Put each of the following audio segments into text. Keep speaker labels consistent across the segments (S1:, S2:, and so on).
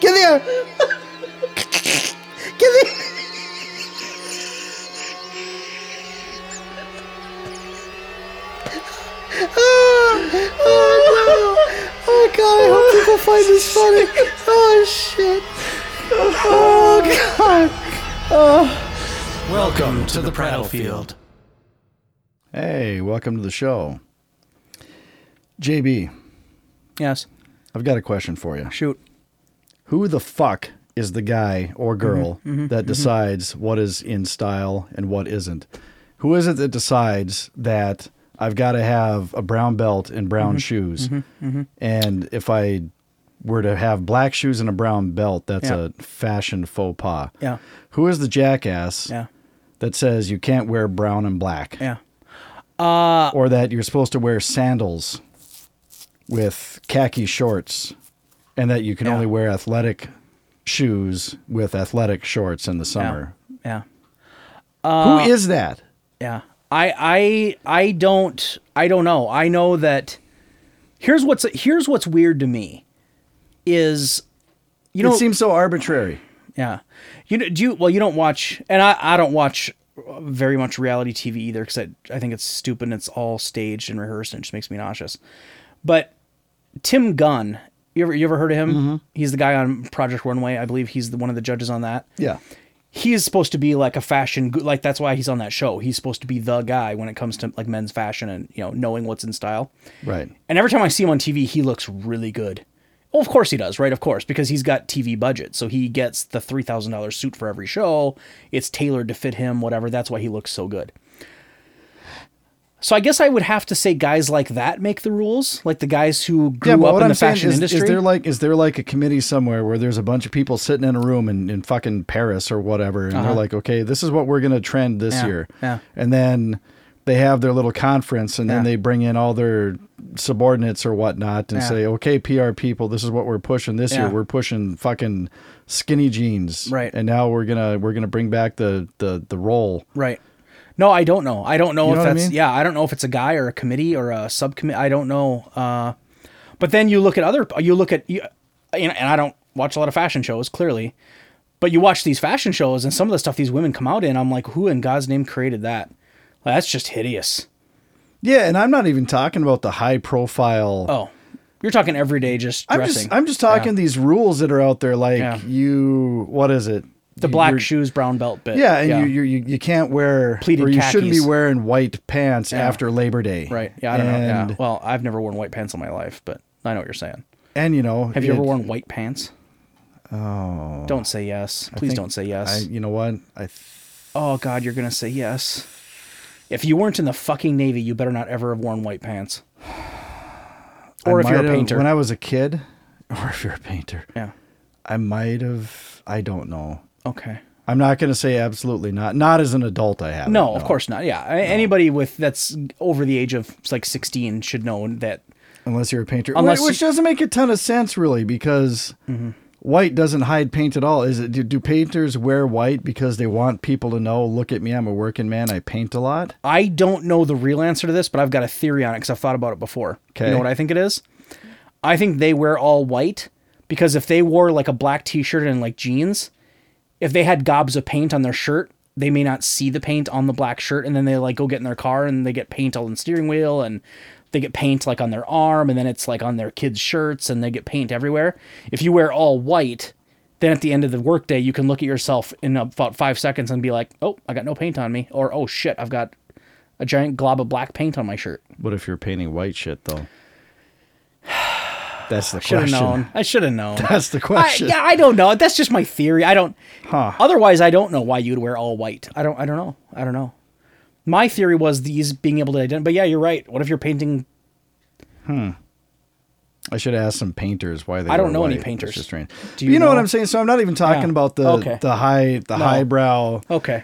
S1: Get there! Get there! oh, oh no! Oh god, I hope people find this funny. Oh shit! Oh god! Oh.
S2: Welcome to the prattle field.
S3: Hey, welcome to the show. JB,
S1: Yes.
S3: I've got a question for you.
S1: Shoot.
S3: Who the fuck is the guy or
S1: Mm-hmm.
S3: girl that decides what is in style and what isn't? Who is it that decides that I've got to have a brown belt and brown
S1: Mm-hmm.
S3: shoes? And if I were to have black shoes and a brown belt, that's
S1: Yeah.
S3: a fashion faux pas.
S1: Yeah.
S3: Who is the jackass
S1: Yeah.
S3: that says you can't wear brown and black?
S1: Yeah.
S3: or that you're supposed to wear sandals with khaki shorts and that you can
S1: Yeah.
S3: only wear athletic shoes with athletic shorts in the summer.
S1: Yeah. Uh,
S3: Who is that?
S1: Yeah. I I I don't I don't know. I know that here's what's here's what's weird to me is you know
S3: it seems so arbitrary.
S1: yeah. You know do you well you don't watch and I I don't watch uh, very much reality TV either cuz I, I think it's stupid and it's all staged and rehearsed and it just makes me nauseous. But Tim Gunn, you ever you ever heard of him?
S3: Mm-hmm.
S1: He's the guy on Project Runway. I believe he's the, one of the judges on that
S3: Yeah.
S1: he is supposed to be like a fashion gu- like that's why he's on that show he's supposed to be the guy when it comes to like men's fashion and you know knowing what's in style
S3: Right.
S1: and every time i see him on tv he looks really good well of course he does right of course because he's got tv budget so he gets the $3000 suit for every show it's tailored to fit him whatever that's why he looks so good so i guess i would have to say guys like that make the rules like the guys who grew
S3: but
S1: up in the
S3: saying
S1: fashion
S3: is,
S1: industry
S3: is there like is there like a committee somewhere where there's a bunch of people sitting in a room in, in fucking Paris or whatever, and they're like, okay, this is what we're gonna trend this
S1: Uh-huh. Yeah,
S3: year,
S1: yeah.
S3: and then they have their little conference, and
S1: Yeah.
S3: then they bring in all their subordinates or whatnot, and
S1: Yeah.
S3: say, okay, PR people, this is what we're pushing this
S1: Yeah.
S3: year. We're pushing fucking skinny jeans,
S1: Right.
S3: And now we're gonna we're gonna bring back the the the roll.
S1: Right. No, I don't know. I don't know
S3: You
S1: if
S3: know what I
S1: that's
S3: mean?
S1: yeah. I don't know if it's a guy or a committee or a subcommittee. I don't know. Uh, but then you look at other. You look at you, and and I don't watch a lot of fashion shows clearly, but you watch these fashion shows and some of the stuff these women come out in. I'm like, who in God's name created that? Like, that's just hideous.
S3: Yeah, and I'm not even talking about the high profile.
S1: Oh, you're talking everyday just
S3: I'm
S1: dressing.
S3: just I'm just talking these rules that are out there, like
S1: Yeah.
S3: you. What is it?
S1: the black
S3: You're-
S1: shoes, brown belt bit.
S3: Yeah, and You, you you you can't wear
S1: Pleated
S3: or you shouldn't be
S1: khakis.
S3: wearing white pants after Labor Day.
S1: right. Yeah, I don't know. Yeah.
S3: And-
S1: Well, I've never worn white pants in my life, but I know what you're saying.
S3: And you know,
S1: Have you ever
S3: it-
S1: worn white pants? Oh. Don't say yes. Please
S3: think
S1: don't say
S3: I,
S1: yes.
S3: you know what? I
S1: Oh God, you're gonna say yes. If you weren't in the fucking navy, you better not ever have worn white pants. Or
S3: I
S1: if you're a
S3: might have-
S1: painter.
S3: When I was a kid, or if you're a painter,
S1: yeah.
S3: I might have. I don't know.
S1: Okay.
S3: I'm not going to say absolutely not. Not as an adult, I have.
S1: No, of course not. Yeah. A- Anybody with that's over the age of like 16 should know that.
S3: Unless you're a painter,
S1: Unless
S3: unless which
S1: you- Mm-hmm.
S3: doesn't make a ton of sense, really, because white doesn't hide paint at all. Is it? Do, do painters wear white because they want people to know? Look at me, I'm a working man. I paint a lot.
S1: I don't know the real answer to this, but I've got a theory on it because I've thought about it before. You know
S3: Okay.
S1: what I think it is? I think they wear all white because if they wore like a black T-shirt and like jeans, if they had gobs of paint on their shirt, they may not see the paint on the black shirt, and then they like go get in their car and they get paint all in the steering wheel, and they get paint like on their arm, and then it's like on their kids' shirts, and they get paint everywhere. If you wear all white, then at the end of the workday, you can look at yourself in about five seconds and be like, "Oh, I got no paint on me," or "Oh shit, I've got a giant glob of black paint on my shirt."
S3: What if you're painting white shit though? That's the
S1: Should have
S3: question.
S1: known. I should have known.
S3: That's the
S1: I,
S3: question.
S1: yeah, I don't know. That's just my theory. I don't. Otherwise, I don't know why you'd wear all white. I don't. I don't know. I don't know. My theory was these being able to identify. But yeah, you're right. What if you're painting?
S3: I should ask some painters why they.
S1: I don't
S3: wear
S1: know any
S3: white. That's
S1: painters.
S3: just strange. But
S1: Do
S3: you,
S1: you
S3: know, what
S1: know?
S3: I'm saying? So I'm not even talking
S1: Yeah.
S3: about the
S1: Okay.
S3: the high the highbrow
S1: Okay,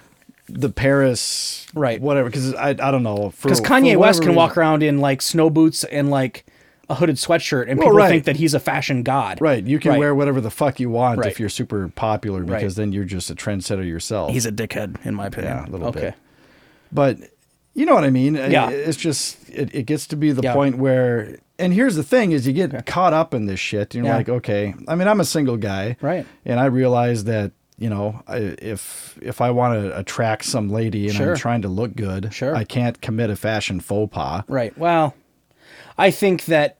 S3: the Paris
S1: Right.
S3: whatever because I I don't know
S1: because Kanye West can walk around in like snow boots and like a hooded sweatshirt, and
S3: Well,
S1: people
S3: right.
S1: think that he's a fashion god.
S3: Right, you can wear whatever the fuck you want
S1: Right.
S3: if you're super popular
S1: Right.
S3: because then you're just a trendsetter yourself.
S1: He's a dickhead, in my opinion.
S3: Yeah, a little
S1: okay.
S3: bit. but you know what I mean?
S1: Yeah.
S3: It's just it, it gets to be the
S1: Yeah.
S3: point where and here's the thing is you get caught up in this shit you're
S1: Yeah.
S3: like okay i mean i'm a single guy
S1: Right.
S3: and i realize that you know I, if if i want to attract some lady and
S1: Sure.
S3: i'm trying to look good
S1: Sure.
S3: i can't commit a fashion faux pas
S1: Right. Well, I think that,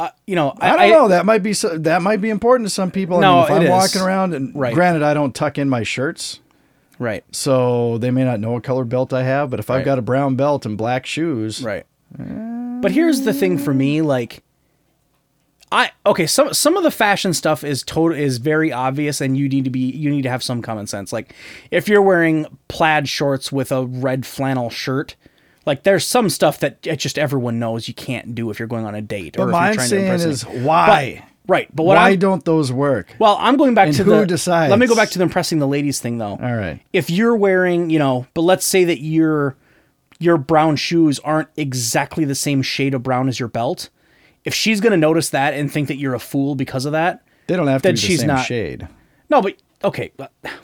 S1: uh, you know,
S3: I, don't know. That might be so, that might be important to some people. I
S1: No,
S3: mean, if
S1: it
S3: I'm
S1: is.
S3: walking around, and
S1: Right.
S3: granted, I don't tuck in my shirts,
S1: Right.
S3: so they may not know what color belt I have. But if
S1: Right.
S3: I've got a brown belt and black shoes,
S1: Right. But here's the thing for me, like I okay, some some of the fashion stuff is total is very obvious and you need to be you need to have some common sense. Like if you're wearing plaid shorts with a red flannel shirt, like there's some stuff that it just everyone knows you can't do if you're going on a date
S3: But
S1: or if
S3: my
S1: you're trying to
S3: saying
S1: impress
S3: is
S1: me.
S3: why?
S1: But, right, but what
S3: why
S1: I
S3: don't those work?
S1: well, I'm going back
S3: And
S1: to
S3: who
S1: the
S3: decides?
S1: Let me go back to the impressing the ladies thing though
S3: All right.
S1: if you're wearing, you know, but let's say that your your brown shoes aren't exactly the same shade of brown as your belt, if she's gonna notice that and think that you're a fool because of that,
S3: They don't have to
S1: Then
S3: be the
S1: she's
S3: same
S1: not-
S3: shade.
S1: no, but okay, but-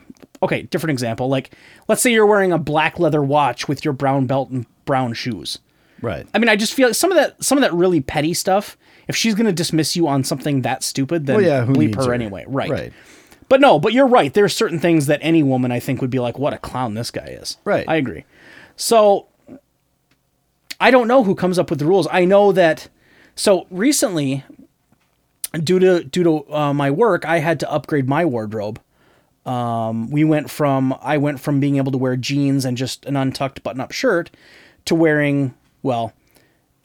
S1: okay, different example. Like, let's say you're wearing a black leather watch with your brown belt and brown shoes.
S3: Right.
S1: I mean, I just feel some of that some of that really petty stuff. If she's gonna dismiss you on something that stupid, then
S3: Well, yeah, who
S1: bleep
S3: needs
S1: her,
S3: her?
S1: anyway. Right.
S3: Right.
S1: But no, but you're right. There are certain things that any woman I think would be like, "What a clown this guy is."
S3: Right.
S1: I agree. So I don't know who comes up with the rules. I know that. So recently, due to due to uh, my work, I had to upgrade my wardrobe. Um, we went from I went from being able to wear jeans and just an untucked button-up shirt to wearing well.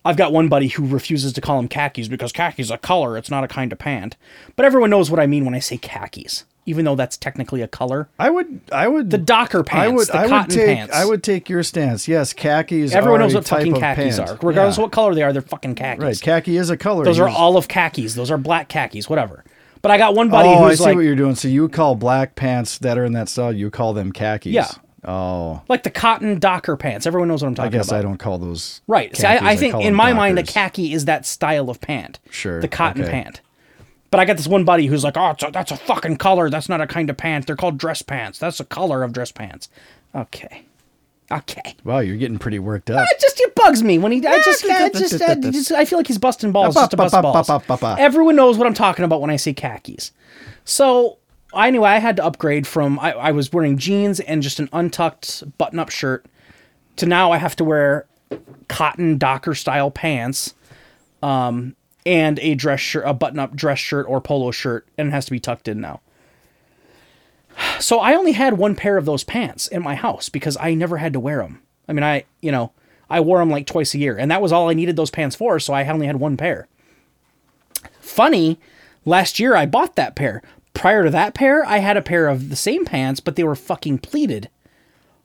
S1: I've got one buddy who refuses to call them khakis because khakis a color, it's not a kind of pant. But everyone knows what I mean when I say khakis, even though that's technically a color.
S3: I would. I would.
S1: The Docker pants,
S3: I would.
S1: the
S3: I would
S1: cotton
S3: take.
S1: pants.
S3: I would take your stance. Yes, khakis.
S1: Everyone
S3: are
S1: knows
S3: a
S1: what
S3: type
S1: fucking
S3: of
S1: khakis
S3: pant.
S1: are, regardless
S3: Yeah.
S1: of what color they are. They're fucking khakis.
S3: Right. Khaki is a color.
S1: Those are
S3: Yes.
S1: olive khakis. Those are black khakis. Whatever. But I got one buddy
S3: Oh, I
S1: who's
S3: see
S1: like,
S3: what you're doing. So you call black pants that are in that style, you call them khakis.
S1: Yeah.
S3: Oh,
S1: like the cotton Docker pants. Everyone knows what I'm
S3: I
S1: talking
S3: guess
S1: about.
S3: I don't call those.
S1: Right. See,
S3: khakis,
S1: I, I
S3: call
S1: think in
S3: them
S1: my mind, a
S3: dockers.
S1: khaki is that style of pant.
S3: Sure,
S1: The cotton
S3: okay.
S1: pant. But I got this one buddy who's like, oh, it's a, that's a fucking color. That's not a kind of pant. They're called dress pants. That's a color of dress pants. Okay. Okay.
S3: Wow, you're getting pretty worked up.
S1: It just it bugs me when he. I just, I just, I just, I feel like he's busting balls just to bust balls. Everyone knows what I'm talking about when I say khakis. So I knew I had to upgrade from I, I was wearing jeans and just an untucked button-up shirt to now I have to wear cotton Docker style pants, um, and a dress shirt, a button-up dress shirt or polo shirt, and it has to be tucked in now. So I only had one pair of those pants in my house because I never had to wear them. I mean, I, you know, I wore them like twice a year and that was all I needed those pants for, so I only had one pair. Funny, last year I bought that pair. Prior to that pair, I had a pair of the same pants, but they were fucking pleated.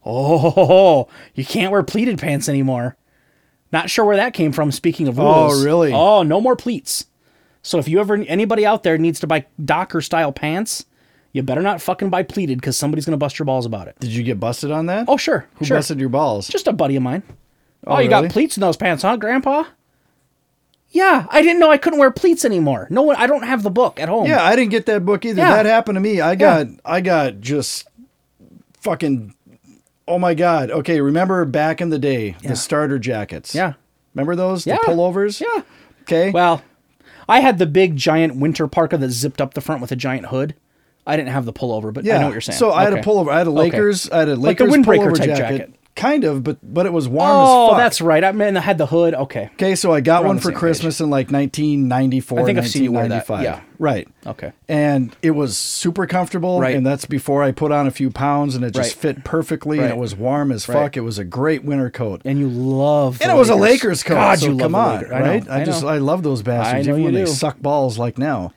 S1: Oh, you can't wear pleated pants anymore. Not sure where that came from speaking of
S3: Oh,
S1: rules.
S3: really?
S1: Oh, no more pleats. So if you ever anybody out there needs to buy Docker style pants, you better not fucking buy pleated because somebody's gonna bust your balls about it.
S3: Did you get busted on that?
S1: Oh sure,
S3: Who
S1: sure.
S3: busted your balls?
S1: Just a buddy of mine. Oh,
S3: Oh,
S1: you got
S3: really?
S1: pleats in those pants, huh, Grandpa? Yeah, I didn't know I couldn't wear pleats anymore. No one, I don't have the book at home.
S3: yeah, I didn't get that book either.
S1: Yeah.
S3: That happened to me. I got. I got just fucking. Oh my god. Okay, remember back in the day, the starter jackets.
S1: Yeah.
S3: Remember those?
S1: Yeah.
S3: The pullovers.
S1: Yeah.
S3: Okay.
S1: Well, I had the big giant winter parka that zipped up the front with a giant hood. I didn't have the pullover, but I know what you're saying.
S3: So I had a
S1: Okay.
S3: pullover. I had a
S1: Okay.
S3: Lakers. I had a
S1: Like the
S3: Lakers
S1: windbreaker
S3: pullover
S1: type
S3: jacket,
S1: jacket.
S3: Kind of, but but it was warm
S1: Oh,
S3: as fuck.
S1: that's right. I mean, I had the hood. Okay.
S3: okay. So I got
S1: We're on
S3: one
S1: the
S3: for
S1: same page.
S3: Christmas in like 1994.
S1: I think I've seen you wear that,
S3: 1995.
S1: yeah.
S3: Right.
S1: Okay.
S3: And it was super comfortable.
S1: Right.
S3: And that's before I put on a few pounds, and it just
S1: Right.
S3: fit perfectly,
S1: Right.
S3: and it was warm as fuck.
S1: Right.
S3: It was a great winter coat.
S1: And you love.
S3: And
S1: the
S3: it was a Lakers coat.
S1: God,
S3: so
S1: you love
S3: come
S1: the
S3: on,
S1: Lakers. I know,
S3: right?
S1: I
S3: just
S1: know.
S3: I love those bastards,
S1: I know
S3: even when
S1: you
S3: they
S1: do.
S3: suck balls like now.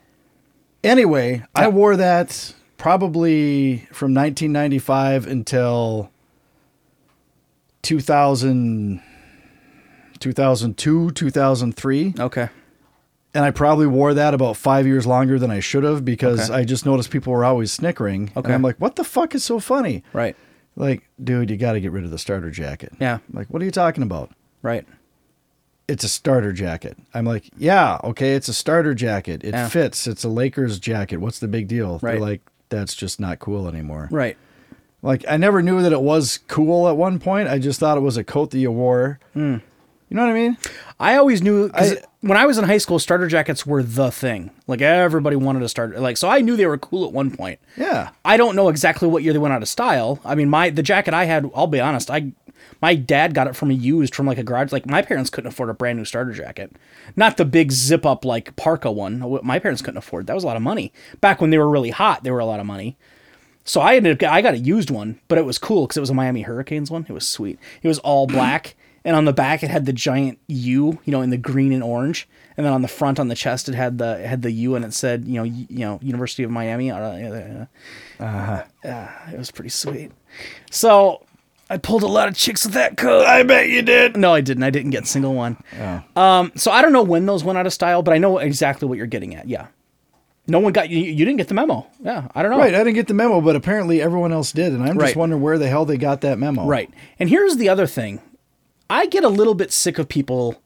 S3: Anyway, I wore that probably from 1995 until 2000, 2002, 2003
S1: Okay.
S3: and I probably wore that about five years longer than I should have because
S1: Okay.
S3: I just noticed people were always snickering.
S1: Okay.
S3: And I'm like, what the fuck is so funny?
S1: Right.
S3: Like, dude, you got to get rid of the starter jacket.
S1: Yeah.
S3: I'm like, what are you talking about?
S1: Right.
S3: It's a starter jacket. I'm like, yeah, okay, it's a starter jacket. It
S1: Yeah.
S3: fits. It's a Lakers jacket. What's the big deal?
S1: Right.
S3: They're like, that's just not cool anymore.
S1: Right. Hmm.
S3: Like I never knew that it was cool at one point. I just thought it was a coat that you wore. You know what I mean?
S1: I always knew 'cause
S3: I-
S1: when I was in high school, starter jackets were the thing. Like everybody wanted to start like so I knew they were cool at one point.
S3: Yeah.
S1: I don't know exactly what year they went out of style. I mean, my the jacket I had, I'll be honest, I my dad got it from a used from like a garage. Like my parents couldn't afford a brand new starter jacket, not the big zip up like parka one. What My parents couldn't afford that was a lot of money back when they were really hot. They were a lot of money. So I ended up I got a used one, but it was cool because it was a Miami Hurricanes one. It was sweet. It was all black, and on the back it had the giant U, you know, in the green and orange, and then on the front on the chest it had the it had the U, and it said, you know, y- you know, University of Miami. Uh, yeah, it was pretty sweet. So I pulled a lot of chicks with that coat. I bet you did. No, I didn't. I didn't get a single one. Um, so I don't know when those went out of style, but I know exactly what you're getting at. Yeah. No one got you. You didn't get the memo. Yeah, I don't know.
S3: Right. I didn't get the memo, but apparently everyone else did, and I'm
S1: Right.
S3: just wondering where the hell they got that memo.
S1: Right. And here's the other thing. I get a little bit sick of people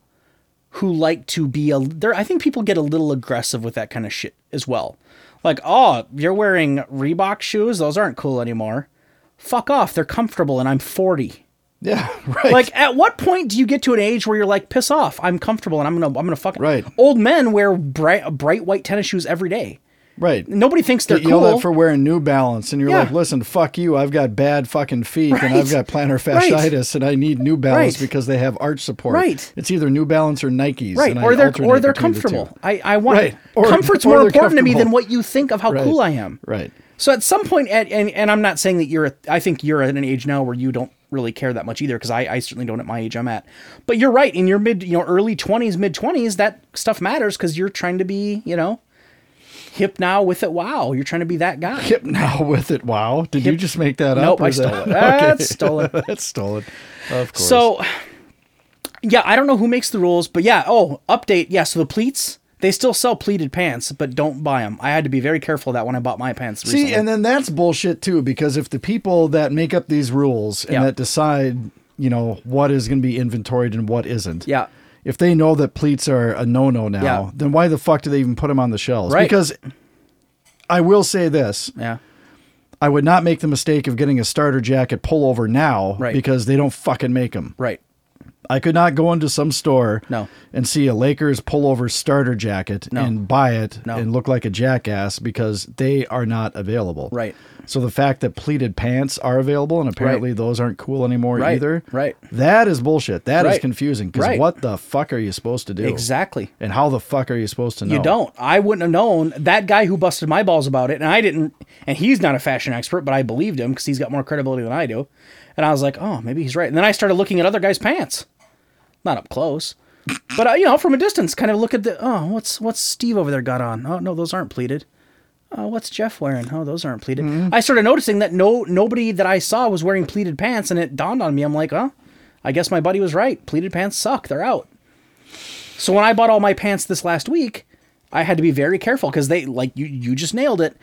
S1: who like to be a there I think people get a little aggressive with that kind of shit as well. Like, "Oh, you're wearing Reebok shoes? Those aren't cool anymore." Fuck off. They're comfortable and I'm 40.
S3: Yeah. Right.
S1: Like at what point do you get to an age where you're like piss off? I'm comfortable and I'm going to I'm going to fucking
S3: Right.
S1: Old men wear bright bright white tennis shoes every day.
S3: right.
S1: Nobody thinks they're
S3: Get yelled
S1: cool.
S3: at for wearing New Balance, and you're
S1: Yeah.
S3: like, "Listen, fuck you! I've got bad fucking feet, and I've got
S1: Right.
S3: plantar
S1: Right.
S3: fasciitis, and I need New Balance
S1: Right.
S3: because they have arch support.
S1: Right.
S3: It's either New Balance or Nikes,
S1: right
S3: and I
S1: or they're
S3: alternate
S1: or they're
S3: between the two.
S1: comfortable i i want
S3: Right. Or-
S1: comfort's
S3: or
S1: more
S3: they're
S1: important to me than
S3: comfortable.
S1: what you think of how
S3: Right.
S1: cool i am
S3: Right.
S1: so at some point at, and and i'm not saying that you're at- i think you're at an age now where you don't really care that much either because I, I certainly don't at my age i'm at but you're right in your mid you know early 20s mid 20s that stuff matters because you're trying to be you know hip now with it wow you're trying to be that guy
S3: Hip now with it. Wow. Did you just make that up?
S1: nope
S3: or
S1: i
S3: is
S1: stole
S3: that-
S1: it that's stolen
S3: That's stolen. Of course.
S1: So, yeah, I don't know who makes the rules, but yeah. Oh, update. Yeah, so the pleats they still sell pleated pants, but don't buy them. I had to be very careful of that when I bought my pants.
S3: See,
S1: Recently.
S3: and then that's bullshit too, because if the people that make up these rules and
S1: Yeah.
S3: that decide, you know, what is going to be inventoried and what isn't,
S1: Yeah.
S3: if they know that pleats are a no-no now,
S1: Yeah.
S3: then why the fuck do they even put them on the shelves?
S1: Right.
S3: Because I will say this:
S1: yeah,
S3: I would not make the mistake of getting a starter jacket pullover now,
S1: Right.
S3: because they don't fucking make them.
S1: right.
S3: I could not go into some store
S1: No.
S3: and see a Lakers pullover starter jacket
S1: No.
S3: and buy it
S1: No.
S3: and look like a jackass because they are not available.
S1: Right.
S3: So the fact that pleated pants are available and apparently those aren't cool anymore
S1: Right.
S3: either.
S1: Right.
S3: That is bullshit. That is
S1: Right.
S3: confusing because
S1: Right.
S3: what the fuck are you supposed to do?
S1: Exactly.
S3: And how the fuck are you supposed to know?
S1: You don't. I wouldn't have known that guy who busted my balls about it, and I didn't. And he's not a fashion expert, but I believed him because he's got more credibility than I do. And I was like, oh, maybe he's right. And then I started looking at other guys' pants, not up close, but uh, you know, from a distance, kind of look at the. Oh, what's what's Steve over there got on? Oh no, those aren't pleated. Oh, what's Jeff wearing? Oh, those aren't pleated. I started noticing that no nobody that I saw was wearing pleated pants, and it dawned on me. I'm like, oh, I guess my buddy was right. Pleated pants suck. They're out. So when I bought all my pants this last week, I had to be very careful because they like you you just nailed it.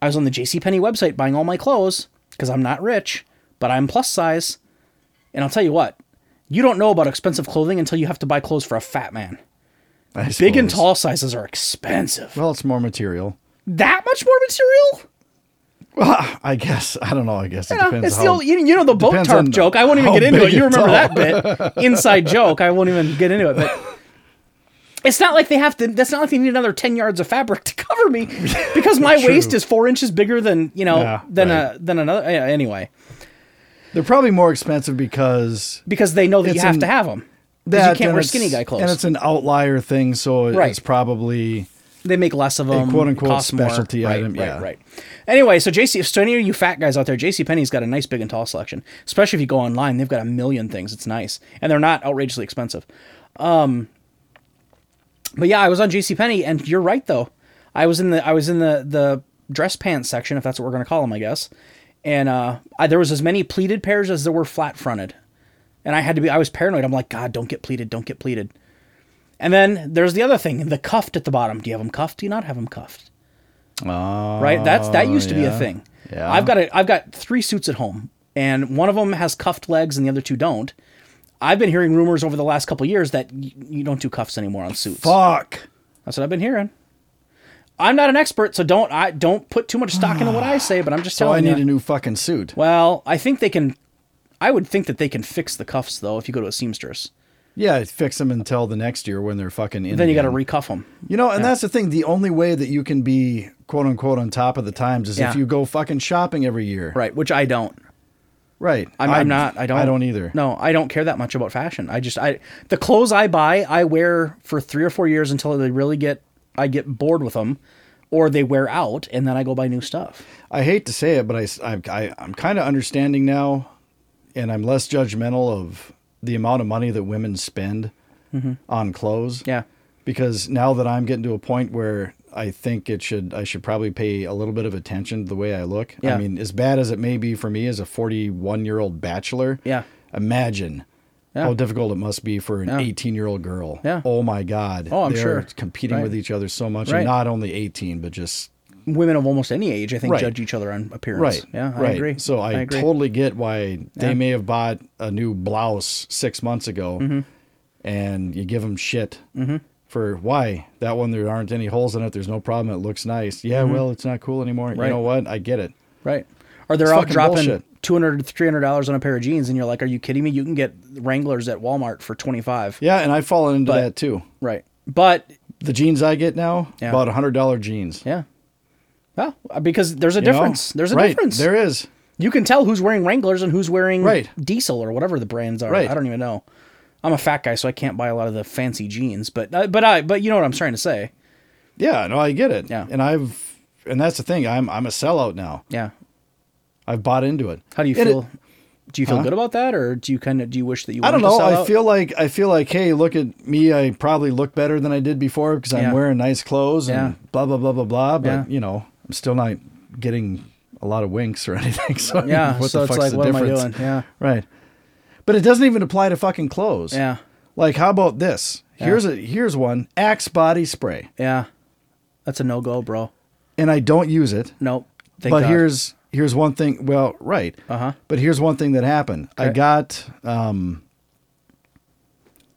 S1: I was on the JCPenney website buying all my clothes because I'm not rich, but I'm plus size. And I'll tell you what, you don't know about expensive clothing until you have to buy clothes for a fat man.
S3: I
S1: Big and
S3: suppose.
S1: tall sizes are expensive.
S3: Well, it's more material.
S1: That much more material?
S3: I guess. I don't know. I guess it
S1: Yeah,
S3: depends.
S1: it's
S3: how,
S1: the old, you, you know the boat
S3: depends
S1: tarp
S3: on
S1: joke. I won't even
S3: how
S1: get into
S3: big
S1: it. You
S3: it's
S1: remember that bit? Inside joke. I won't even get into it. But it's not like they have to. That's not like they need another ten yards of fabric to cover me because my waist is four inches bigger than you know
S3: Yeah,
S1: than
S3: right.
S1: a than another. yeah, Anyway,
S3: They're probably more expensive because
S1: because they know that you
S3: It's
S1: have
S3: an-
S1: to have them.
S3: that,
S1: you can't
S3: and
S1: wear
S3: it's-
S1: skinny guy
S3: And
S1: clothes.
S3: it's an outlier thing, so it-
S1: Right.
S3: it's probably
S1: They make less of them.
S3: quote-unquote
S1: cost more.
S3: specialty
S1: right,
S3: item,
S1: Right,
S3: yeah.
S1: right. Anyway, so JC, so any of you fat guys out there, JC Penney's got a nice big and tall selection. Especially if you go online, they've got a million things. It's nice, and they're not outrageously expensive. Um, But yeah, I was on JCPenney, and you're right though. I was in the I was in the the dress pants section, if that's what we're gonna call them, I guess. And uh, I, there was as many pleated pairs as there were flat fronted, and I had to be I was paranoid. I'm like, God, don't get pleated, don't get pleated. And then there's the other thing, the cuffed at the bottom. Do you have them cuffed? Do you not have them cuffed? right? That's that used to be a
S3: oh, yeah.
S1: thing.
S3: Yeah.
S1: I've got a, I've got three suits at home, and one of them has cuffed legs, and the other two don't. I've been hearing rumors over the last couple years that y- you don't do cuffs anymore on suits.
S3: fuck.
S1: That's what I've been hearing. I'm not an expert, so don't I don't put too much stock into what I say, but I'm just
S3: So I
S1: telling
S3: need
S1: you.
S3: a new fucking suit.
S1: well, I think they can. I would think that they can fix the cuffs though if you go to a seamstress.
S3: Yeah, fix them until the next year when they're fucking in.
S1: Then you got to
S3: again.
S1: recuff them.
S3: You know, and that's the thing. The only way that you can be quote unquote on top of the times is
S1: Yeah.
S3: if you go fucking shopping every year.
S1: Right, which I don't.
S3: Right.
S1: I'm, I'm not. I don't.
S3: I don't either.
S1: No, I don't care that much about fashion. I just I the clothes I buy, I wear for three or four years until they really get I get bored with them, or they wear out, and then I go buy new stuff.
S3: I hate to say it, but I, I, I I'm kind of understanding now, and I'm less judgmental of the amount of money that women spend
S1: Mm-hmm.
S3: on clothes.
S1: Yeah.
S3: Because now that I'm getting to a point where I think it should, I should probably pay a little bit of attention to the way I look. I
S1: Yeah.
S3: mean, as bad as it may be for me as a 41 year old bachelor.
S1: Yeah.
S3: Imagine.
S1: Yeah.
S3: How difficult it must be for an
S1: Yeah.
S3: 18 year old girl.
S1: Yeah.
S3: Oh my God.
S1: Oh, I'm
S3: They're
S1: sure.
S3: Competing
S1: Right.
S3: with each other so much.
S1: Right.
S3: And not only 18, but just
S1: Women of almost any age, I think,
S3: Right.
S1: judge each other on appearance.
S3: Right.
S1: Yeah, I
S3: right.
S1: agree.
S3: So I,
S1: agree.
S3: totally get why they
S1: Yeah.
S3: may have bought a new blouse six months ago,
S1: Mm-hmm.
S3: and you give them shit for why that one. There aren't any holes in it. There's no problem. It looks nice. Yeah. Well, it's not cool anymore. You
S1: Mm-hmm. Right.
S3: know what? I get it.
S1: right. Or they're
S3: It's
S1: out
S3: fucking
S1: dropping
S3: bullshit.
S1: two hundred, three hundred dollars on a pair of jeans, and you're like, "Are you kidding me? You can get Wranglers at Walmart for twenty five.
S3: Yeah, and I've fallen into
S1: But-
S3: that too.
S1: Right. But
S3: The jeans I get now,
S1: Yeah.
S3: about hundred dollar jeans.
S1: yeah, well, because there's a
S3: You know?
S1: difference. There's a
S3: Right,
S1: difference.
S3: There is.
S1: You can tell who's wearing Wranglers and who's wearing
S3: Right.
S1: Diesel or whatever the brands are.
S3: Right.
S1: I don't even know. I'm a fat guy, so I can't buy a lot of the fancy jeans. But uh, but I but you know what I'm trying to say.
S3: Yeah. No, I get it.
S1: Yeah.
S3: And I've, and that's the thing. I'm, I'm a sellout now.
S1: Yeah.
S3: I've bought into it.
S1: How do you
S3: And it- Uh-huh.
S1: feel? do you feel good about that, or do you kind of do you wish that you?
S3: I don't
S1: wanted to
S3: know.
S1: sell
S3: I
S1: out?
S3: feel like I feel like, hey, look at me. I probably look better than I did before because I'm
S1: Yeah.
S3: wearing nice clothes and
S1: Yeah.
S3: blah blah blah blah blah. But
S1: Yeah.
S3: you know, I'm still not getting a lot of winks or anything. So I mean,
S1: Yeah, so it's like, what am I doing? Yeah.
S3: right. But it doesn't even apply to fucking clothes.
S1: Yeah.
S3: Like, how about this? Here's a here's one Axe body spray,
S1: yeah, that's a no go, bro.
S3: and I don't use it.
S1: Nope. Thank
S3: but
S1: God.
S3: here's here's one thing. Well, right.
S1: Uh-huh.
S3: But here's one thing that happened. I
S1: Okay.
S3: got um,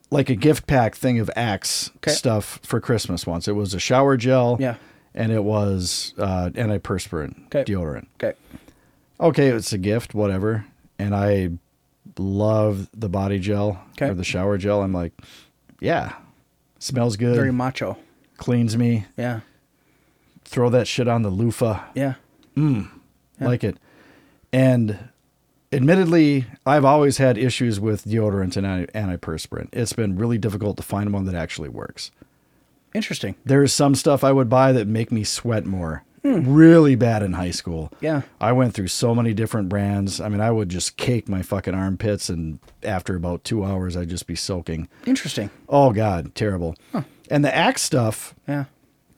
S3: like a gift pack thing of Axe
S1: Okay.
S3: stuff for Christmas once. It was a shower gel.
S1: Yeah.
S3: And it was uh, antiperspirant
S1: Okay.
S3: deodorant.
S1: okay.
S3: Okay, it's a gift, whatever. And I love the body gel
S1: Okay.
S3: or the shower gel. I'm like, yeah, smells good,
S1: Very macho.
S3: cleans me.
S1: Yeah.
S3: Throw that shit on the loofah.
S1: Yeah.
S3: like it. And admittedly, I've always had issues with deodorant and anti- antiperspirant. It's been really difficult to find one that actually works.
S1: Interesting.
S3: There is some stuff I would buy that make me sweat more. Really bad in high school.
S1: Yeah.
S3: I went through so many different brands. I mean, I would just cake my fucking armpits, and after about two hours, I'd just be soaking.
S1: Interesting.
S3: Oh, God, terrible. And the Axe stuff,
S1: Yeah.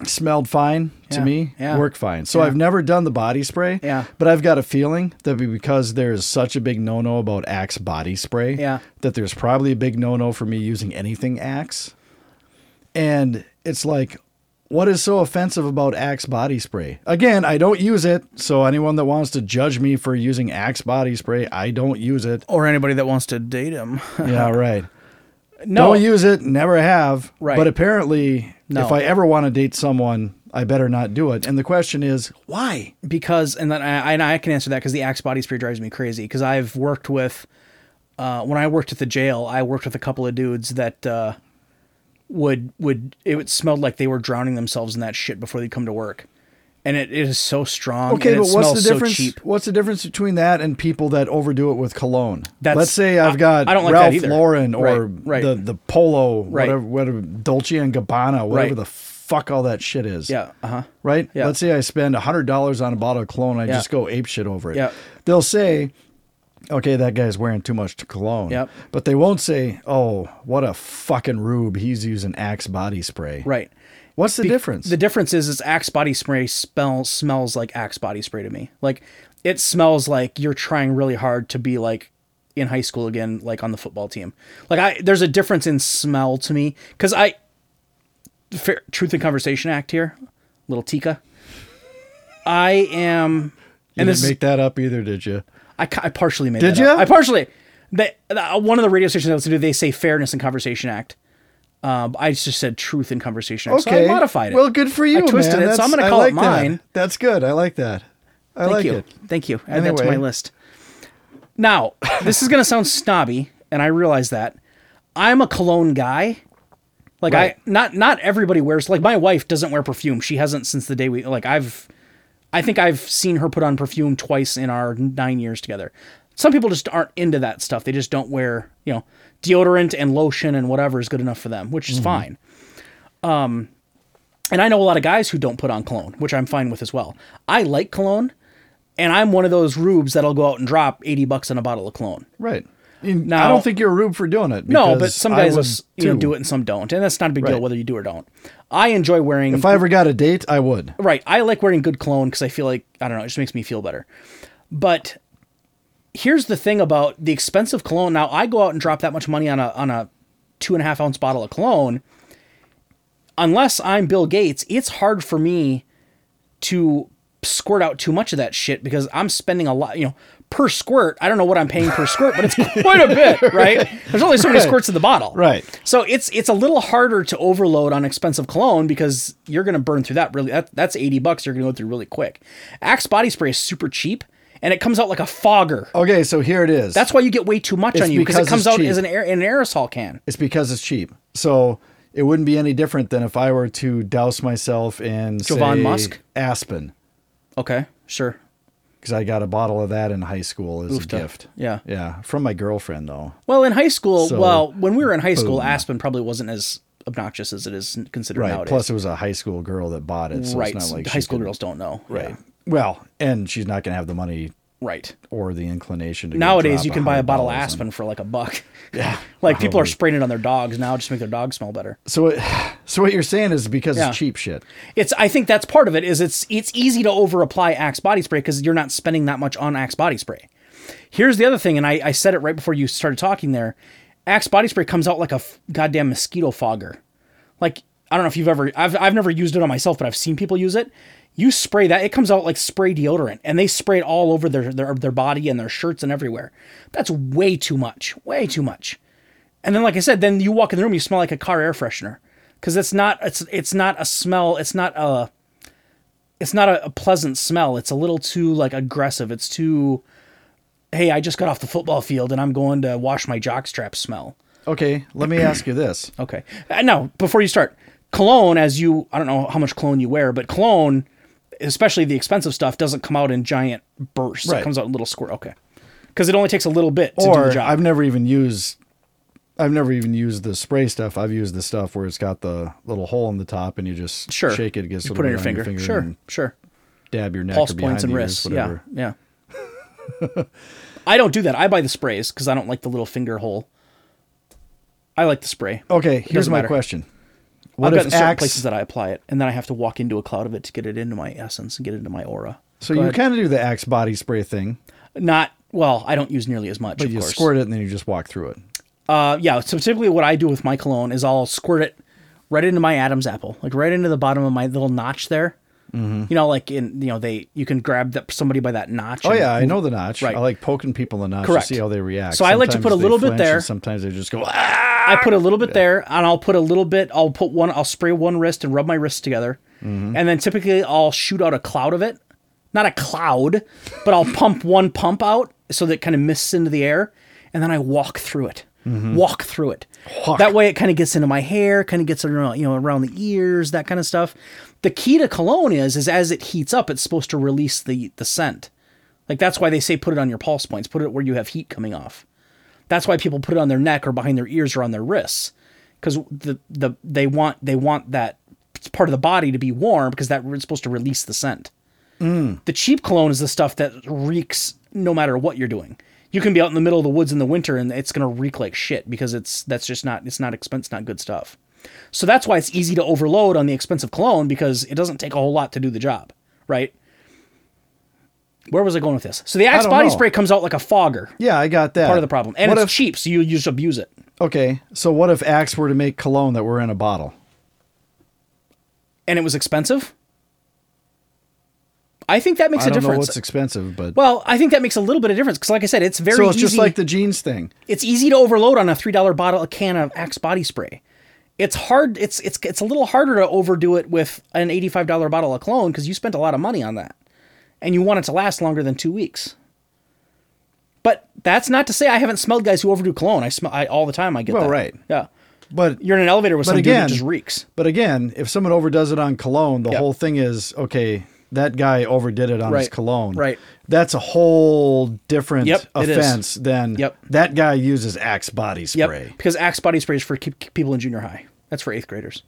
S3: smelled fine to
S1: Yeah,
S3: me,
S1: yeah.
S3: worked fine. So
S1: Yeah.
S3: I've never done the body spray.
S1: Yeah.
S3: But I've got a feeling that be- because there's such a big no no about Axe body spray,
S1: Yeah.
S3: that there's probably a big no no for me using anything Axe. And it's like, what is so offensive about Axe body spray? Again, I don't use it. So anyone that wants to judge me for using Axe body spray, I don't use it.
S1: Or anybody that wants to date him.
S3: yeah, right.
S1: no.
S3: Don't use it. Never have.
S1: Right.
S3: But apparently,
S1: No.
S3: if I ever want to date someone, I better not do it. And the question is, why?
S1: because and then I, and I can answer that because the axe body spray drives me crazy because I've worked with uh, when I worked at the jail I worked with a couple of dudes that uh, would would it would smelled like they were drowning themselves in that shit before they come to work and it, it is so strong
S3: Okay,
S1: and it
S3: but what's the
S1: smells so
S3: difference?
S1: cheap.
S3: What's the difference between that and people that overdo it with cologne?
S1: That's-
S3: Let's say
S1: I-
S3: I've got
S1: I don't like that
S3: Ralph
S1: either.
S3: Lauren or
S1: Right, right.
S3: the the Polo,
S1: Right.
S3: whatever, whatever, Dolce and Gabbana, whatever
S1: Right.
S3: the fuck all that shit is.
S1: yeah uh huh
S3: Right.
S1: Yeah.
S3: Let's say I spend hundred dollars on a bottle of cologne. I
S1: Yeah.
S3: just go ape shit over it.
S1: Yeah.
S3: They'll say, "Okay, that guy's wearing too much cologne."
S1: Yep.
S3: But they won't say, "Oh, what a fucking rube! He's using Axe body spray."
S1: right
S3: What's the
S1: Be-
S3: difference?
S1: The difference is, is Axe body spray smell smells like Axe body spray to me. Like it smells like you're trying really hard to be like in high school again, like on the football team. Like I, there's a difference in smell to me because I, fair, truth and conversation act here, little Tika. I am,
S3: you
S1: and
S3: didn't
S1: this is-
S3: make that up either, did you?
S1: I, ca- I partially made.
S3: Did
S1: that up.
S3: ya?
S1: I partially. They, uh, one of the radio stations I listen to, they say fairness and conversation act. Um, I just said truth and conversation. Act, so I modified it.
S3: Well, good for you.
S1: I twisted
S3: man.
S1: it, so I'm going
S3: That's-
S1: to
S3: I
S1: call it
S3: like that.
S1: mine.
S3: That's good. I like that. I
S1: Thank
S3: like
S1: you.
S3: it.
S1: Thank you. Add that to my
S3: Anyway.
S1: list. Now, this is going to sound snobby, and I realize that. I'm a cologne guy. Like
S3: Right.
S1: I not not everybody wears like my wife doesn't wear perfume. She hasn't since the day we like I've I think I've seen her put on perfume twice in our 9 years together. Some people just aren't into that stuff. They just don't wear, you know, deodorant and lotion and whatever is good enough for them, which is fine. Um and I know a lot of guys who don't put on cologne, which I'm fine with as well. I like cologne and I'm one of those rubes that'll go out and drop 80 bucks on a bottle of cologne.
S3: Right. And I
S1: Now-
S3: don't think you're a rube for doing it.
S1: No, but
S3: because
S1: some
S3: I
S1: guys will,
S3: would
S1: s- you know,
S3: too.
S1: do it and some don't, and that's not a big
S3: Right.
S1: deal whether you do or don't. I enjoy wearing.
S3: If I ever got a date, I would.
S1: right, I like wearing good cologne because I feel like I don't know, it just makes me feel better. But here's the thing about the expensive cologne. Now I go out and drop that much money on a on a two and a half ounce bottle of cologne. Unless I'm Bill Gates, it's hard for me to squirt out too much of that shit because I'm spending a lot, you know, per squirt. I don't know what I'm paying per squirt, but it's quite a bit, right? There's only so many squirts in the bottle.
S3: Right.
S1: So it's it's a little harder to overload on expensive cologne because you're going to burn through that really that, that's 80 bucks you're going to go through really quick. Axe body spray is super cheap and it comes out like a fogger.
S3: Okay, so here it is.
S1: That's why you get way too much
S3: Oh. It's
S1: on you because it
S3: because
S1: comes
S3: it's
S1: out
S3: cheap.
S1: as an air, in an aerosol can.
S3: It's because it's cheap. So it wouldn't be any different than if I were to douse myself in
S1: Jovan
S3: say,
S1: Musk?
S3: Aspen
S1: Okay, sure.
S3: because I got a bottle of that in high school as a
S1: Oofta.
S3: gift.
S1: Yeah.
S3: yeah, from my girlfriend though.
S1: Well, in high school,
S3: So,
S1: well, when we were in high school,
S3: boom.
S1: Aspen probably wasn't as obnoxious as it is considered
S3: Right.
S1: nowadays.
S3: Plus, it was a high school girl that bought it, so
S1: right.
S3: it's not like
S1: high
S3: she
S1: school
S3: could-
S1: girls don't know.
S3: Right.
S1: Yeah.
S3: Well, and she's not going to have the money
S1: Right.
S3: or the inclination to. go
S1: Nowadays,
S3: drop
S1: you can buy a bottle of
S3: $100 on-
S1: Aspen for like a buck. Yeah. like people are spraying it on their dogs now just to make their dogs smell better.
S3: So, it, so what you're saying is because
S1: Yeah.
S3: it's cheap shit.
S1: It's I think that's part of it is it's it's easy to over apply Axe body spray because you're not spending that much on Axe body spray. Here's the other thing, and I, I said it right before you started talking there. Axe body spray comes out like a f- goddamn mosquito fogger. Like I don't know if you've ever I've I've never used it on myself, but I've seen people use it. You spray that, it comes out like spray deodorant, and they spray it all over their their, their body and their shirts and everywhere. That's way too much. Way too much. And then, like I said, then you walk in the room, you smell like a car air freshener because it's not it's it's not a smell. It's not a it's not a, a pleasant smell. It's a little too like aggressive. It's too hey, I just got off the football field and I'm going to wash my jockstrap smell.
S3: Okay, let me ask you this.
S1: Okay. Uh, now, before you start, cologne, as you, I don't know how much cologne you wear, but cologne, especially the expensive stuff, doesn't come out in giant bursts.
S3: Right.
S1: It comes out in little squirt. Okay. Because it only takes a little bit to do the
S3: or
S1: job.
S3: I've never even used I've never even used the spray stuff. I've used the stuff where it's got the little hole in the top and you just
S1: sure.
S3: shake it, it gets a
S1: you
S3: little
S1: put it on
S3: bit
S1: your finger. Sure.
S3: and
S1: Sure.
S3: dab your neck
S1: Pulse
S3: or behind
S1: points and
S3: the
S1: wrists.
S3: ears,
S1: Yeah.
S3: whatever.
S1: Yeah. I don't do that. I buy the sprays because I don't like the little finger hole. I like the spray.
S3: Okay, here's
S1: doesn't
S3: my
S1: matter.
S3: question. Oh, What
S1: I've
S3: if
S1: gotten certain
S3: Axe
S1: places that I apply it, and then I have to walk into a cloud of it to get it into my essence and get it into my aura.
S3: So
S1: Go
S3: you
S1: ahead.
S3: kind of do the Axe body spray thing,
S1: not well. I don't use nearly as much.
S3: but
S1: of
S3: you
S1: course.
S3: squirt it and then you just walk through it.
S1: Uh, yeah. So typically, what I do with my cologne is I'll squirt it right into my Adam's apple, like right into the bottom of my little notch there.
S3: Mm-hmm.
S1: You know, like in you know they you can grab that somebody by that notch.
S3: Oh
S1: and-
S3: yeah, I know the notch.
S1: Mm-hmm. Right.
S3: I like poking people in the notch
S1: Correct.
S3: to see how they react.
S1: So I like to put a
S3: they
S1: little bit
S3: flinch and
S1: there.
S3: Sometimes they just go. "Ah!"
S1: I put a little bit there, and I'll put a little bit. I'll put one. I'll spray one wrist and rub my wrists together, and then typically I'll shoot out a cloud of it. Not a cloud, but I'll pump one pump out so that it kind of mists into the air, and then I walk through it. Walk through it. That way, it kind of gets into my hair, kind of gets around, you know, around the ears, that kind of stuff. The key to cologne is, is as it heats up, it's supposed to release the the scent. Like that's why they say put it on your pulse points, put it where you have heat coming off. That's why people put it on their neck or behind their ears or on their wrists, because the the they want they want that part of the body to be warm because that it's supposed to release the scent.
S3: Mm.
S1: The cheap cologne is the stuff that reeks no matter what you're doing. You can be out in the middle of the woods in the winter and it's gonna reek like shit because it's that's just not it's not expense not good stuff. So that's why it's easy to overload on the expensive cologne because it doesn't take a whole lot to do the job, right? Where was I going with this? So the Axe
S3: don't
S1: body
S3: know.
S1: spray comes out like a fogger
S3: Yeah, I got that.
S1: part of the problem. And
S3: what
S1: it's
S3: if,
S1: cheap, so you just abuse it.
S3: Okay, so what if Axe were to make cologne that were in a bottle?
S1: And it was expensive. I think that makes
S3: I
S1: a
S3: don't know
S1: difference.
S3: what's expensive, but
S1: well, I think that makes a little bit of difference because, like I said, it's very
S3: so it's
S1: easy.
S3: just like the jeans thing.
S1: it's easy to overload on a three dollar bottle, a can of Axe body spray. It's hard. It's it's it's a little harder to overdo it with an eighty five dollar bottle of cologne because you spent a lot of money on that, and you want it to last longer than two weeks. But that's not to say I haven't smelled guys who overdo cologne. I smell I, all the time. I get
S3: Well,
S1: that.
S3: right.
S1: Yeah.
S3: But
S1: You're in an elevator with
S3: But
S1: some dude
S3: again-
S1: that just reeks.
S3: But again, if someone overdoes it on cologne, the
S1: Yeah.
S3: whole thing is okay. That guy overdid it on his
S1: Right.
S3: cologne.
S1: Right.
S3: That's a whole different
S1: Yep, it is.
S3: offense than
S1: Yep.
S3: that guy uses Axe body
S1: Yep.
S3: spray.
S1: Because Axe body spray is for ki- ki- people in junior high. That's for eighth graders.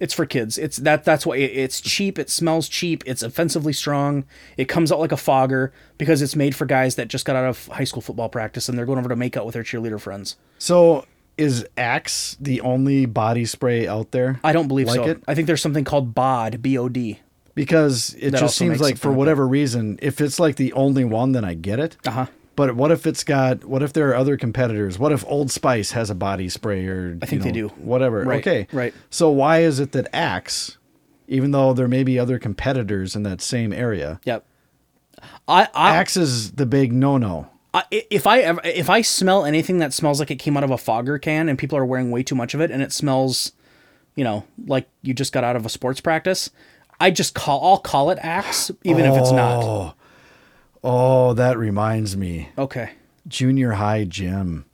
S1: It's for kids. It's that. That's why it, it's cheap. It smells cheap. It's offensively strong. It comes out like a fogger because it's made for guys that just got out of high school football practice and they're going over to make out with their cheerleader friends.
S3: So is Axe the only body spray out there?
S1: I don't believe
S3: like
S1: so.
S3: it
S1: I think there's something called BOD. B O D.
S3: because it
S1: That
S3: just
S1: also
S3: seems
S1: makes
S3: like
S1: it
S3: for
S1: kinda-
S3: whatever reason, if it's like the only one, then I get it.
S1: Uh-huh.
S3: But what if it's got? What if there are other competitors? What if Old Spice has a body spray or I
S1: think they do.
S3: whatever?
S1: Right,
S3: Okay,
S1: right.
S3: So why is it that Axe, even though there may be other competitors in that same area,
S1: Yep. I, I
S3: Axe is the big no-no.
S1: I, if I ever if I smell anything that smells like it came out of a fogger can and people are wearing way too much of it and it smells, you know, like you just got out of a sports practice, I just call I'll call it axe even if it's not.
S3: Oh, that reminds me,
S1: Okay.
S3: junior high gym.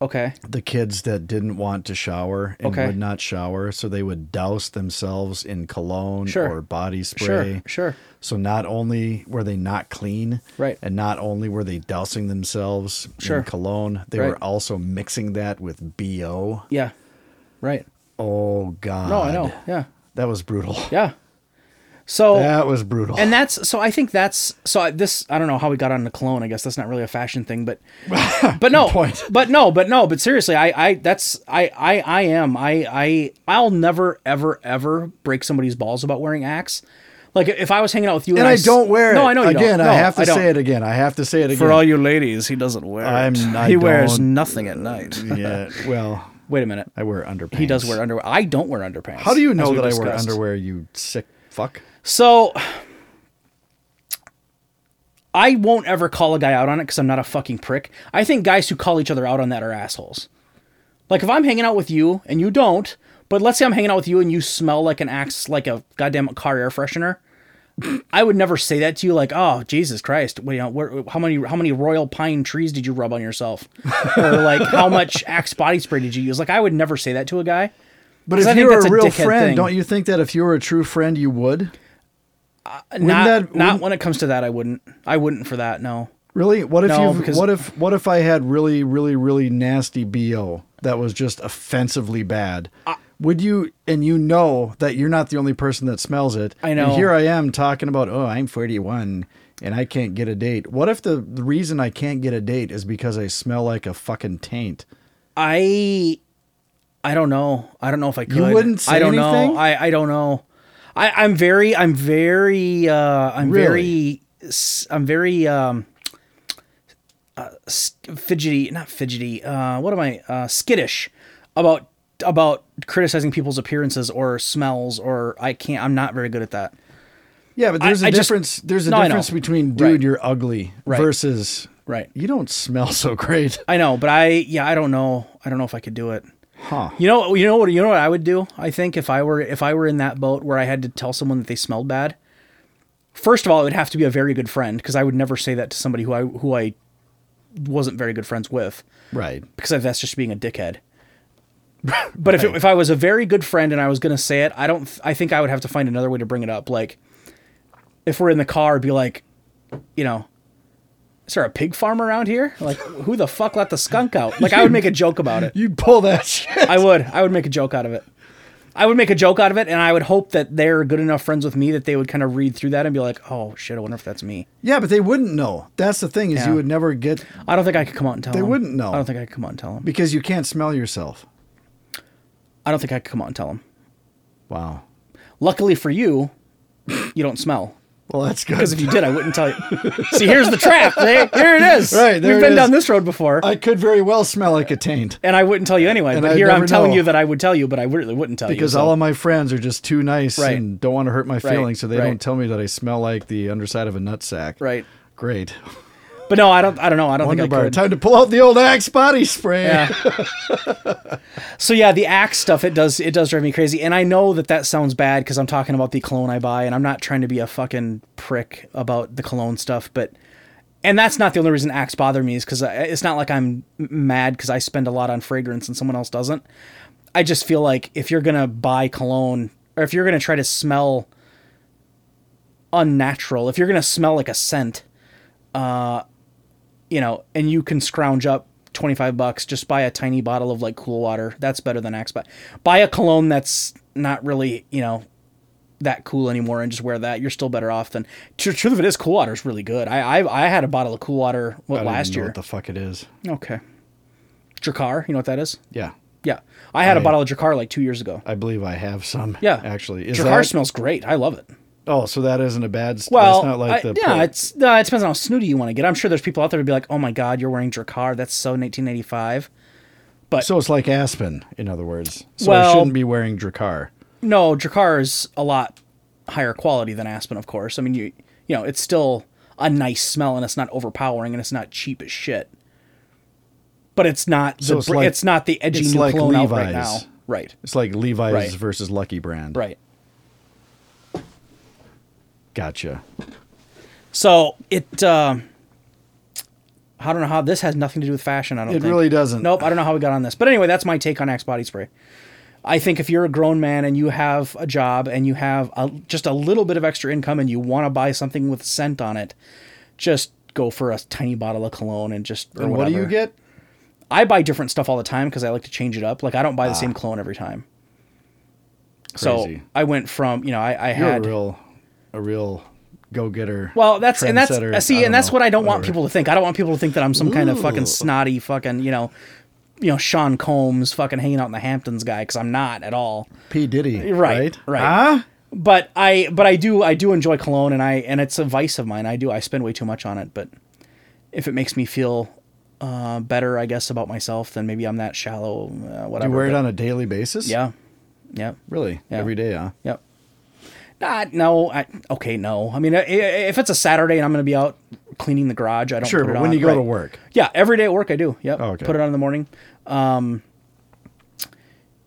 S1: Okay.
S3: The kids that didn't want to shower and
S1: Okay.
S3: would not shower, so they would douse themselves in cologne
S1: Sure.
S3: or body
S1: Sure.
S3: spray.
S1: Sure.
S3: So not only were they not clean,
S1: Right.
S3: and not only were they dousing themselves
S1: Sure.
S3: in cologne, they were
S1: Right.
S3: also mixing that with BO.
S1: Yeah. Right.
S3: Oh god.
S1: No, I know. Yeah.
S3: That was brutal.
S1: Yeah. So
S3: That was brutal.
S1: and that's so I think that's so I, this I don't know how we got on the cologne. I guess that's not really a fashion thing, but but no,
S3: point.
S1: but no, but no, but seriously, I I that's I I I am I I I'll never ever ever break somebody's balls about wearing Axe. Like if I was hanging out with you and,
S3: and I
S1: s-
S3: don't wear it.
S1: No, I know you
S3: again,
S1: don't.
S3: I
S1: No,
S3: have to
S1: don't.
S3: say it again. I have to say it again.
S4: For all you ladies, he doesn't wear
S3: I'm-
S4: it.
S3: I
S4: he wears
S3: don't-
S4: nothing at night.
S3: yeah. Well,
S1: Wait a minute.
S3: I wear underpants.
S1: He does wear underwear. I don't wear underpants.
S3: How do you
S1: as
S3: know
S1: we
S3: that I wear
S1: discussed.
S3: underwear, you sick fuck?
S1: So I won't ever call a guy out on it because I'm not a fucking prick. I think guys who call each other out on that are assholes. Like if I'm hanging out with you and you don't, but let's say I'm hanging out with you and you smell like an axe, like a goddamn car air freshener. I would never say that to you. Like, oh Jesus Christ, what, you know, where, how many how many royal pine trees did you rub on yourself, or like how much axe body spray did you use? Like, I would never say that to a guy.
S3: But
S1: 'Cause I
S3: if
S1: think
S3: you were
S1: that's
S3: a
S1: a
S3: real
S1: dickhead
S3: friend,
S1: thing.
S3: don't you think that if you were a true friend, you would?
S1: not
S3: that-
S1: not
S3: wouldn't-
S1: when it comes to that. I wouldn't. I wouldn't for that. No.
S3: Really? What if
S1: No,
S3: you
S1: because-
S3: what if what if I had really really really nasty BO that was just offensively bad? would you and you know that you're not the only person that smells it.
S1: I
S3: And
S1: know.
S3: here I am talking about, "Oh, I'm 41 and I can't get a date." What if the the reason I can't get a date is because I smell like a fucking taint?
S1: I I don't know. I don't know if I could.
S3: wouldn't say
S1: I don't
S3: anything?
S1: know. I I don't know. I I'm very I'm very uh I'm
S3: Really?
S1: very s- I'm very um uh, s- fidgety, not fidgety. Uh what am I? Uh skittish about about criticizing people's appearances or smells or I can't I'm not very good at that.
S3: Yeah, but there's a
S1: I just-
S3: difference there's a
S1: No, I know.
S3: difference between dude,
S1: Right.
S3: you're ugly
S1: Right.
S3: versus
S1: Right.
S3: you don't smell so great.
S1: I know, but I yeah, I don't know. I don't know if I could do it.
S3: Huh.
S1: You know, you know what, you know what I would do. I think if I were if I were in that boat where I had to tell someone that they smelled bad, first of all, it would have to be a very good friend because I would never say that to somebody who I who I wasn't very good friends with
S3: Right.
S1: because that's just being a dickhead. but if it, if I was a very good friend and I was going to say it, I don't. th- I think I would have to find another way to bring it up. Like, if we're in the car, I'd be like, you know, is there a pig farm around here? Like, who the fuck let the skunk out? Like, I would make a joke about it.
S3: You'd pull that shit.
S1: I would. I would make a joke out of it. I would make a joke out of it, and I would hope that they're good enough friends with me that they would kind of read through that and be like, "Oh shit, I wonder if that's me."
S3: Yeah, but they wouldn't know. That's the thing is
S1: Yeah.
S3: you would never get
S1: I don't think I could come out and tell
S3: They
S1: them.
S3: wouldn't know.
S1: I don't think I could come out and tell them.
S3: because you can't smell yourself.
S1: I don't think I could come out and tell them.
S3: Wow.
S1: Luckily for you, you don't smell.
S3: Well, that's good.
S1: Because if you did, I wouldn't tell you. See, here's the trap. There, here it is.
S3: Right, there
S1: We've
S3: it
S1: been
S3: is.
S1: down this road before,
S3: I could very well smell like a taint
S1: and I wouldn't tell you anyway.
S3: And
S1: But
S3: I'd
S1: here I'm
S3: never
S1: telling
S3: know.
S1: you that I would tell you, but I really wouldn't tell
S3: because
S1: you. so-
S3: all of my friends are just too nice
S1: Right.
S3: and don't want to hurt my
S1: Right,
S3: feelings, so they
S1: right.
S3: don't tell me that I smell like the underside of a nutsack.
S1: Right.
S3: Great.
S1: But no, I don't. I don't know. I don't
S3: Wonder
S1: think I
S3: bar.
S1: could.
S3: Time to pull out the old Axe body spray.
S1: Yeah. so yeah, the axe stuff it does it does drive me crazy, and I know that that sounds bad because I'm talking about the cologne I buy, and I'm not trying to be a fucking prick about the cologne stuff, but and that's not the only reason acts bother me is because it's not like I'm m- mad because I spend a lot on fragrance and someone else doesn't. I just feel like if you're gonna buy cologne or if you're gonna try to smell unnatural, if you're gonna smell like a scent, uh, you know, and you can scrounge up twenty five bucks, just buy a tiny bottle of like cool water. That's better than Axe. But buy a cologne that's not really you know that cool anymore and just wear that. You're still better off than. Tr- truth of it is, cool water is really good. I I, I had a bottle of cool water
S3: I
S1: what
S3: don't
S1: last
S3: even know
S1: year.
S3: what the fuck it is.
S1: okay. Dracar, you know what that is?
S3: Yeah,
S1: Yeah, I had a
S3: I-
S1: bottle of Dracar like two years ago.
S3: I believe I have some.
S1: Yeah,
S3: actually,
S1: Dracar
S3: that-
S1: smells great. I love it.
S3: Oh, so that isn't a bad. s-
S1: Well,
S3: that's not like
S1: I-
S3: the.
S1: yeah,
S3: pla-
S1: it's no, it depends on how snooty you want to get. I'm sure there's people out there who'd be like, "Oh my God, you're wearing Dracar. That's so 1985."
S3: so it's like Aspen, in other words. So I
S1: Well-
S3: shouldn't be wearing Dracar.
S1: No, Dracar is a lot higher quality than Aspen, of course. I mean, you you know, it's still a nice smell and it's not overpowering and it's not cheap as shit. But it's not the
S3: So it's
S1: br-
S3: like-
S1: it's not the edgy
S3: it's
S1: new
S3: like
S1: clone out right now.
S3: Levi's.
S1: Right.
S3: It's like Levi's
S1: Right.
S3: versus Lucky Brand.
S1: Right.
S3: Gotcha.
S1: So it. Um, I don't know how this has nothing to do with fashion. I don't.
S3: It
S1: think.
S3: really doesn't.
S1: Nope. I don't know how we got on this, but anyway, that's my take on Axe body spray. I think if you're a grown man and you have a job and you have a, just a little bit of extra income and you want to buy something with scent on it, just go for a tiny bottle of cologne and just. Or
S3: And what do you
S1: whatever.
S3: get?
S1: I buy different stuff all the time because I like to change it up. Like I don't buy the same cologne every time. So
S3: Ah. Crazy.
S1: I went from you know I, I
S3: You're
S1: had
S3: a real, a real go-getter.
S1: Well, that's and that's
S3: trendsetter,
S1: uh, see,
S3: I don't
S1: and that's
S3: know,
S1: what I don't want
S3: whatever.
S1: people to think. I don't want people to think that I'm some kind of fucking snotty fucking you know, you know Sean Combs fucking hanging out in the Hamptons guy because I'm not at all.
S3: P Diddy.
S1: Right,
S3: Right.
S1: right.
S3: Huh?
S1: But I but I do I do enjoy cologne and I and it's a vice of mine. I do I spend way too much on it, but if it makes me feel uh, better, I guess about myself, then maybe I'm that shallow. Uh, whatever.
S3: You wear it
S1: but-
S3: on a daily basis?
S1: Yeah, yeah.
S3: Really?
S1: Yeah.
S3: Every day, huh?
S1: Yep. Not no. I, okay, no. I mean, i- i- if it's a Saturday and I'm going to be out cleaning the garage, I don't.
S3: Sure,
S1: put it
S3: but when
S1: on.
S3: you go to
S1: Right.
S3: work.
S1: Yeah, every day at work I do. Yep.
S3: Oh, okay.
S1: Put it on in the morning. Um,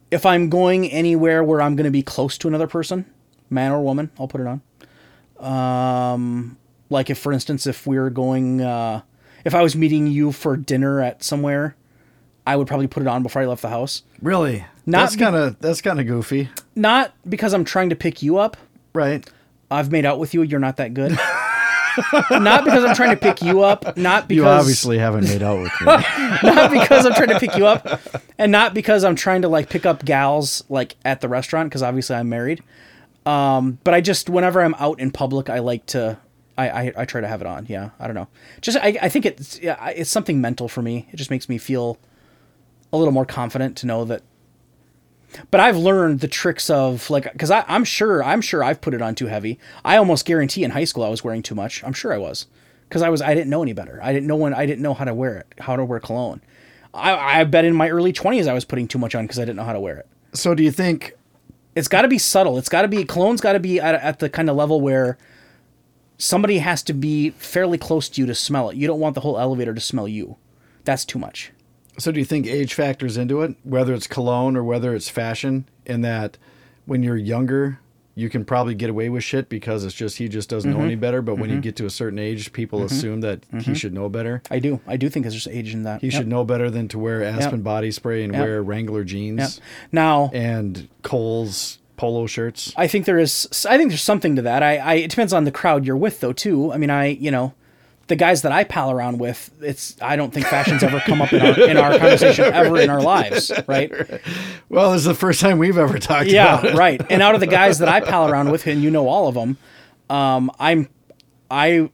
S1: if I'm going anywhere where I'm going to be close to another person, man or woman, I'll put it on. Um, like if, for instance, if we were going, uh, if I was meeting you for dinner at somewhere, I would probably put it on before I left the house.
S3: Really?
S1: Not
S3: that's
S1: be-
S3: kind of that's kind of goofy,
S1: Not because I'm trying to pick you up,
S3: right?
S1: I've made out with you. You're not that good. not because I'm trying to pick you up. Not because
S3: You obviously haven't made out with me.
S1: not because I'm trying to pick you up, and not because I'm trying to like pick up gals like at the restaurant because obviously I'm married. Um, but I just whenever I'm out in public, I like to. I, I, I try to have it on. Yeah, I don't know. Just I, I think it's yeah, I- it's something mental for me. It just makes me feel a little more confident to know that. But I've learned the tricks of like because I'm sure I'm sure I've put it on too heavy. I almost guarantee in high school I was wearing too much. I'm sure I was because I was I didn't know any better. I didn't know when I didn't know how to wear it, how to wear cologne. I I bet in my early 20s I was putting too much on because I didn't know how to wear it.
S3: so do you think
S1: It's got to be subtle. It's got to be cologne's got to be at, at the kind of level where somebody has to be fairly close to you to smell it. You don't want the whole elevator to smell you. That's too much.
S3: so do you think age factors into it, whether it's cologne or whether it's fashion in that when you're younger, you can probably get away with shit because it's just he just doesn't
S1: Mm-hmm.
S3: know any better, but when you get to a certain age, people assume that he should know better.
S1: I do. I do think there's just age in that.
S3: He should know better than to wear Aspen body spray and
S1: Yep.
S3: wear Wrangler jeans
S1: Now
S3: and Cole's polo shirts.
S1: I think there is. I think there's something to that. I, I it depends on the crowd you're with though too. I mean, I you know, the guys that I pal around with, it's I don't think fashion's ever come up in our, in our conversation ever in our lives, right?
S3: Well, this is the first time we've ever talked about
S1: Yeah,
S3: it.
S1: right. And out of the guys that I pal around with, and you know all of them, um, I'm I.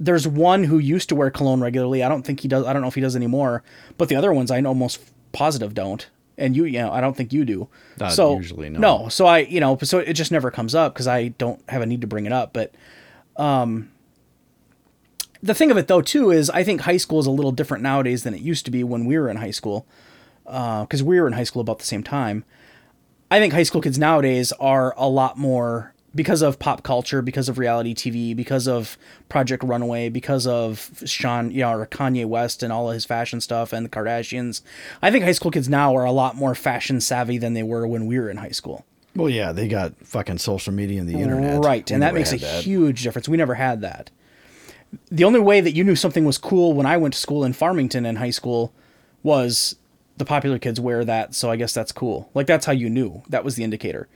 S1: There's one who used to wear cologne regularly. I don't think he does. I don't know if he does anymore. But the other ones, I'm almost positive don't. And you, you know, I don't think you do.
S3: Not
S1: so
S3: usually, no.
S1: No. So I, you know, so it just never comes up because I don't have a need to bring it up. But um, the thing of it though too is I think high school is a little different nowadays than it used to be when we were in high school, because we were in high school about the same time. I think high school kids nowadays are a lot more because of pop culture, because of reality TV, because of Project Runway, because of Sean, you know, or Kanye West and all of his fashion stuff and the Kardashians. I think high school kids now are a lot more fashion savvy than they were when we were in high school.
S3: Well, yeah, they got fucking social media and the internet.
S1: Right,
S3: We
S1: and that
S3: never
S1: makes a
S3: had that.
S1: huge difference. We never had that. the only way that you knew something was cool when I went to school in Farmington in high school was the popular kids wear that, so I guess that's cool. Like that's how you knew. That was the indicator.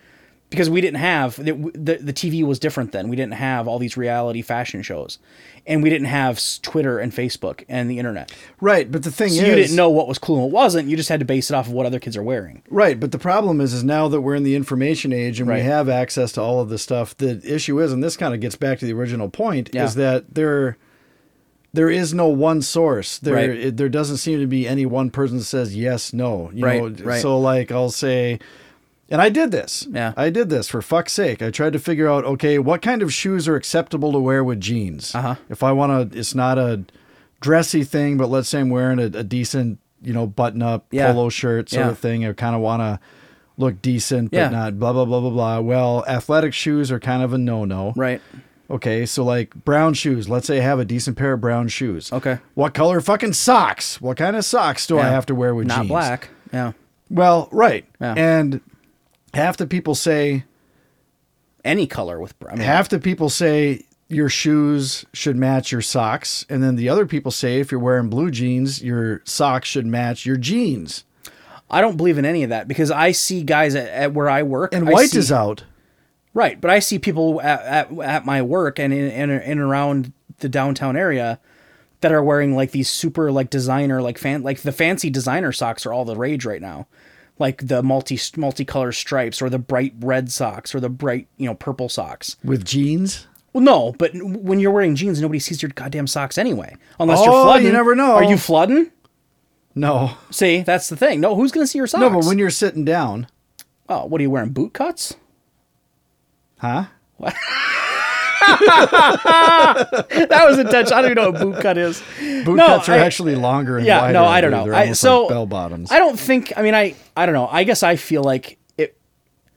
S1: Because we didn't have the the, the TV was different then. We didn't have all these reality fashion shows, and we didn't have s- Twitter and Facebook and the internet.
S3: Right, but the thing
S1: So
S3: is,
S1: you didn't know what was cool and what wasn't. You just had to base it off of what other kids are wearing.
S3: Right, but the problem is, is now that we're in the information age and
S1: Right.
S3: we have access to all of this stuff. The issue is, and this kind of gets back to the original point,
S1: Yeah.
S3: is that there, there is no one source. There,
S1: Right.
S3: it, there doesn't seem to be any one person that says yes, no. You
S1: Right,
S3: know,
S1: right.
S3: so like I'll say, and I did this.
S1: Yeah.
S3: I did this for fuck's sake. I tried to figure out, okay, what kind of shoes are acceptable to wear with jeans?
S1: Uh-huh.
S3: If I want to, it's not a dressy thing, but let's say I'm wearing a, a decent, you know, button up
S1: Yeah.
S3: polo shirt sort
S1: Yeah.
S3: of thing. I kind of want to look decent, but
S1: Yeah.
S3: not blah, blah, blah, blah, blah. Well, athletic shoes are kind of a no no.
S1: Right.
S3: Okay. So, like brown shoes, let's say I have a decent pair of brown shoes.
S1: Okay.
S3: What color fucking socks? What kind of socks do I have to wear with
S1: not
S3: jeans?
S1: black. Yeah.
S3: Well, right.
S1: Yeah.
S3: And half the people say,
S1: Any color with brown.
S3: half the people say your shoes should match your socks. And then the other people say if you're wearing blue jeans, your socks should match your jeans.
S1: I don't believe in any of that because I see guys at, at where I work
S3: And
S1: I
S3: white
S1: see-
S3: is out.
S1: Right, but I see people at, at, at my work and in, in in around the downtown area that are wearing like these super like designer like fan like the fancy designer socks are all the rage right now. Like the multi multicolor stripes or the bright red socks or the bright, you know, purple socks.
S3: With jeans?
S1: Well, no, but n- when you're wearing jeans, nobody sees your goddamn socks anyway. Unless you're
S3: Oh,
S1: flooding.
S3: you never know.
S1: Are you flooding?
S3: No.
S1: See, that's the thing. No, who's going to see your socks?
S3: No, but when you're sitting down,
S1: oh, what are you wearing? Boot cuts?
S3: huh?
S1: That was a touch. I don't even know what boot cut is.
S3: Boot
S1: No,
S3: cuts are
S1: I-
S3: actually longer and
S1: yeah
S3: wider.
S1: no i don't
S3: dude.
S1: know
S3: They're
S1: I,
S3: almost
S1: so
S3: like bell bottoms.
S1: i don't think i mean i i don't know i guess i feel like it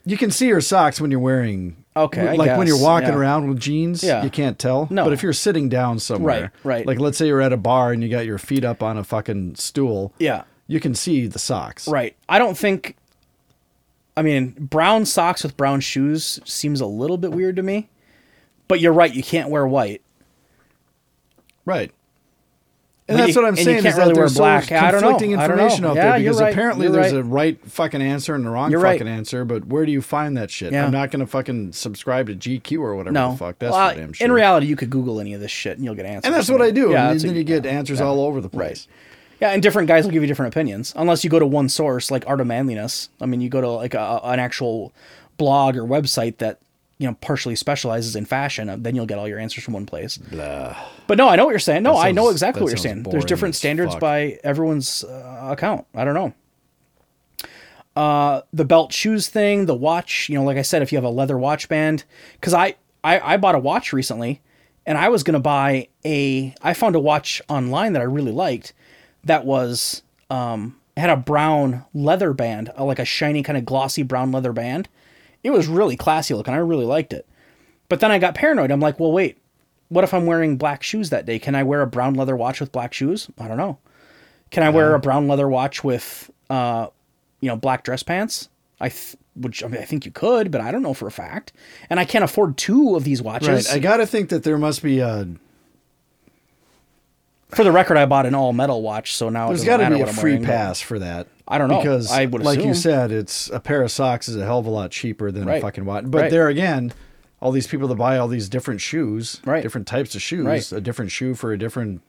S3: You can see your socks when you're wearing.
S1: Okay, I
S3: Like when you're
S1: guess,
S3: walking
S1: yeah.
S3: around with jeans,
S1: Yeah.
S3: you can't tell.
S1: No.
S3: But if you're sitting down somewhere,
S1: Right, right.
S3: Like let's say you're at a bar and you got your feet up on a fucking stool.
S1: Yeah.
S3: You can see the socks.
S1: right i don't think i mean brown socks with brown shoes seems a little bit weird to me but you're right you can't wear white
S3: Right. And
S1: But
S3: that's
S1: you-
S3: what I'm
S1: and you
S3: saying
S1: can't
S3: is that
S1: really wear
S3: there's
S1: black.
S3: so
S1: I don't know.
S3: conflicting
S1: I don't know.
S3: information out
S1: Yeah,
S3: there
S1: you're
S3: because
S1: right.
S3: apparently
S1: You're
S3: there's
S1: right.
S3: a right fucking answer and a wrong
S1: You're right.
S3: fucking answer, but where do you find that shit?
S1: Yeah.
S3: I'm not going to fucking subscribe to GQ or whatever
S1: no
S3: the fuck. That's
S1: Well,
S3: for damn sure.
S1: in reality you could google any of this shit and you'll get answers
S3: and that's what I do.
S1: yeah,
S3: and
S1: that's
S3: then
S1: what
S3: you get answers all over the place.
S1: yeah and different guys will give you different opinions unless you go to one source like art of manliness i mean you go to like a, an actual blog or website that you know partially specializes in fashion uh, then you'll get all your answers from one place But no, I know what you're saying. No,
S3: That
S1: I know
S3: sounds-
S1: exactly
S3: that
S1: what you're
S3: sounds
S1: saying. There's
S3: boring
S1: different
S3: as
S1: standards
S3: fuck.
S1: by everyone's uh, account. I don't know. Uh, the belt shoes thing, the watch, you know, like I said, if you have a leather watch band, because I, I, I bought a watch recently and I was going to buy a, I found a watch online that I really liked that was, um, had a brown leather band, uh, like a shiny kind of glossy brown leather band. It was really classy looking. I really liked it. But then I got paranoid. I'm like, well, wait, what if I'm wearing black shoes that day? Can I wear a brown leather watch with black shoes? I don't know. Can I
S3: Uh-huh.
S1: wear a brown leather watch with, uh, you know, black dress pants? I th- which I, mean, I think you could, but I don't know for a fact. And I can't afford two of these watches.
S3: Right. I got to think that there must be a
S1: for the record, I bought an all metal watch, so now
S3: there's
S1: it doesn't
S3: got to
S1: matter
S3: be
S1: what
S3: a
S1: I'm
S3: free
S1: wearing, but-
S3: pass for that.
S1: I don't know.
S3: because
S1: I would
S3: like you
S1: assume.
S3: said, it's a pair of socks is a hell of a lot cheaper than
S1: Right.
S3: a fucking watch. But
S1: Right.
S3: there again, all these people that buy all these different shoes,
S1: Right.
S3: different types of shoes,
S1: Right.
S3: a different shoe for a different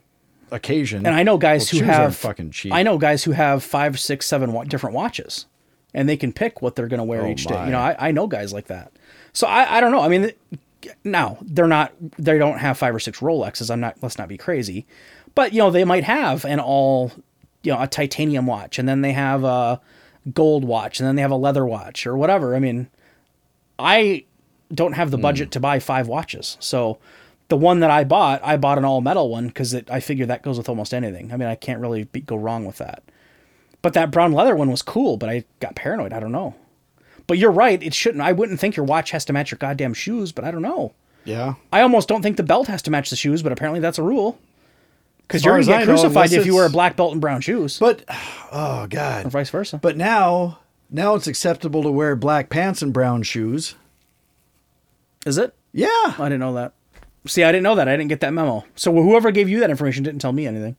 S3: occasion.
S1: And I know guys
S3: Well,
S1: who
S3: shoes aren't
S1: have
S3: fucking cheap.
S1: I know guys who have five, six, seven wa- different watches, and they can pick what they're going to wear
S3: Oh,
S1: each day. You
S3: my.
S1: know, I, I know guys like that. So I, I don't know. I mean, now they're not they don't have five or six Rolexes. I'm not. Let's not be crazy, but you know they might have an all you know a titanium watch, and then they have a gold watch, and then they have a leather watch or whatever. I mean, I don't have
S3: Hmm.
S1: the budget to buy five watches. So the one that I bought, I bought an all metal one because I figure that goes with almost anything. I mean, I can't really be, go wrong with that. But that brown leather one was cool, but I got paranoid. I don't know. But you're right. It shouldn't. I wouldn't think your watch has to match your goddamn shoes, but I don't know.
S3: Yeah.
S1: I almost don't think the belt has to match the shoes, but apparently that's a rule. Because
S3: As
S1: you're
S3: far
S1: going
S3: as
S1: to get
S3: I know,
S1: crucified
S3: unless
S1: if you wear a
S3: it's-
S1: black belt and brown shoes,
S3: But oh
S1: or
S3: god.
S1: vice versa.
S3: But now now it's acceptable to wear black pants and brown shoes.
S1: Is it?
S3: Yeah.
S1: I didn't know that. See, I didn't know that. I didn't get that memo. So whoever gave you that information didn't tell me anything.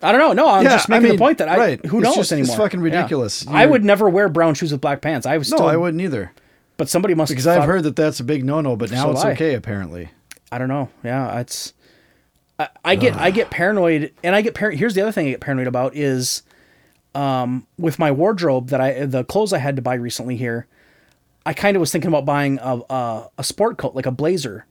S1: I don't know. No, I'm
S3: Yeah,
S1: just
S3: I
S1: making
S3: mean,
S1: the point that I
S3: right.
S1: who
S3: It's
S1: knows
S3: just- it's
S1: anymore.
S3: fucking
S1: Yeah.
S3: ridiculous.
S1: I
S3: You're-
S1: would never wear brown shoes with black pants. I was
S3: No,
S1: still,
S3: I wouldn't either.
S1: but somebody must
S3: Because I've heard that that's a big no-no, but now
S1: So
S3: it's
S1: have I.
S3: okay apparently.
S1: I don't know. Yeah, it's. I, I get I get paranoid, and I get par- Here's the other thing I get paranoid about is, um, with my wardrobe that I the clothes I had to buy recently here, I kind of was thinking about buying a a, a sport coat like a blazer,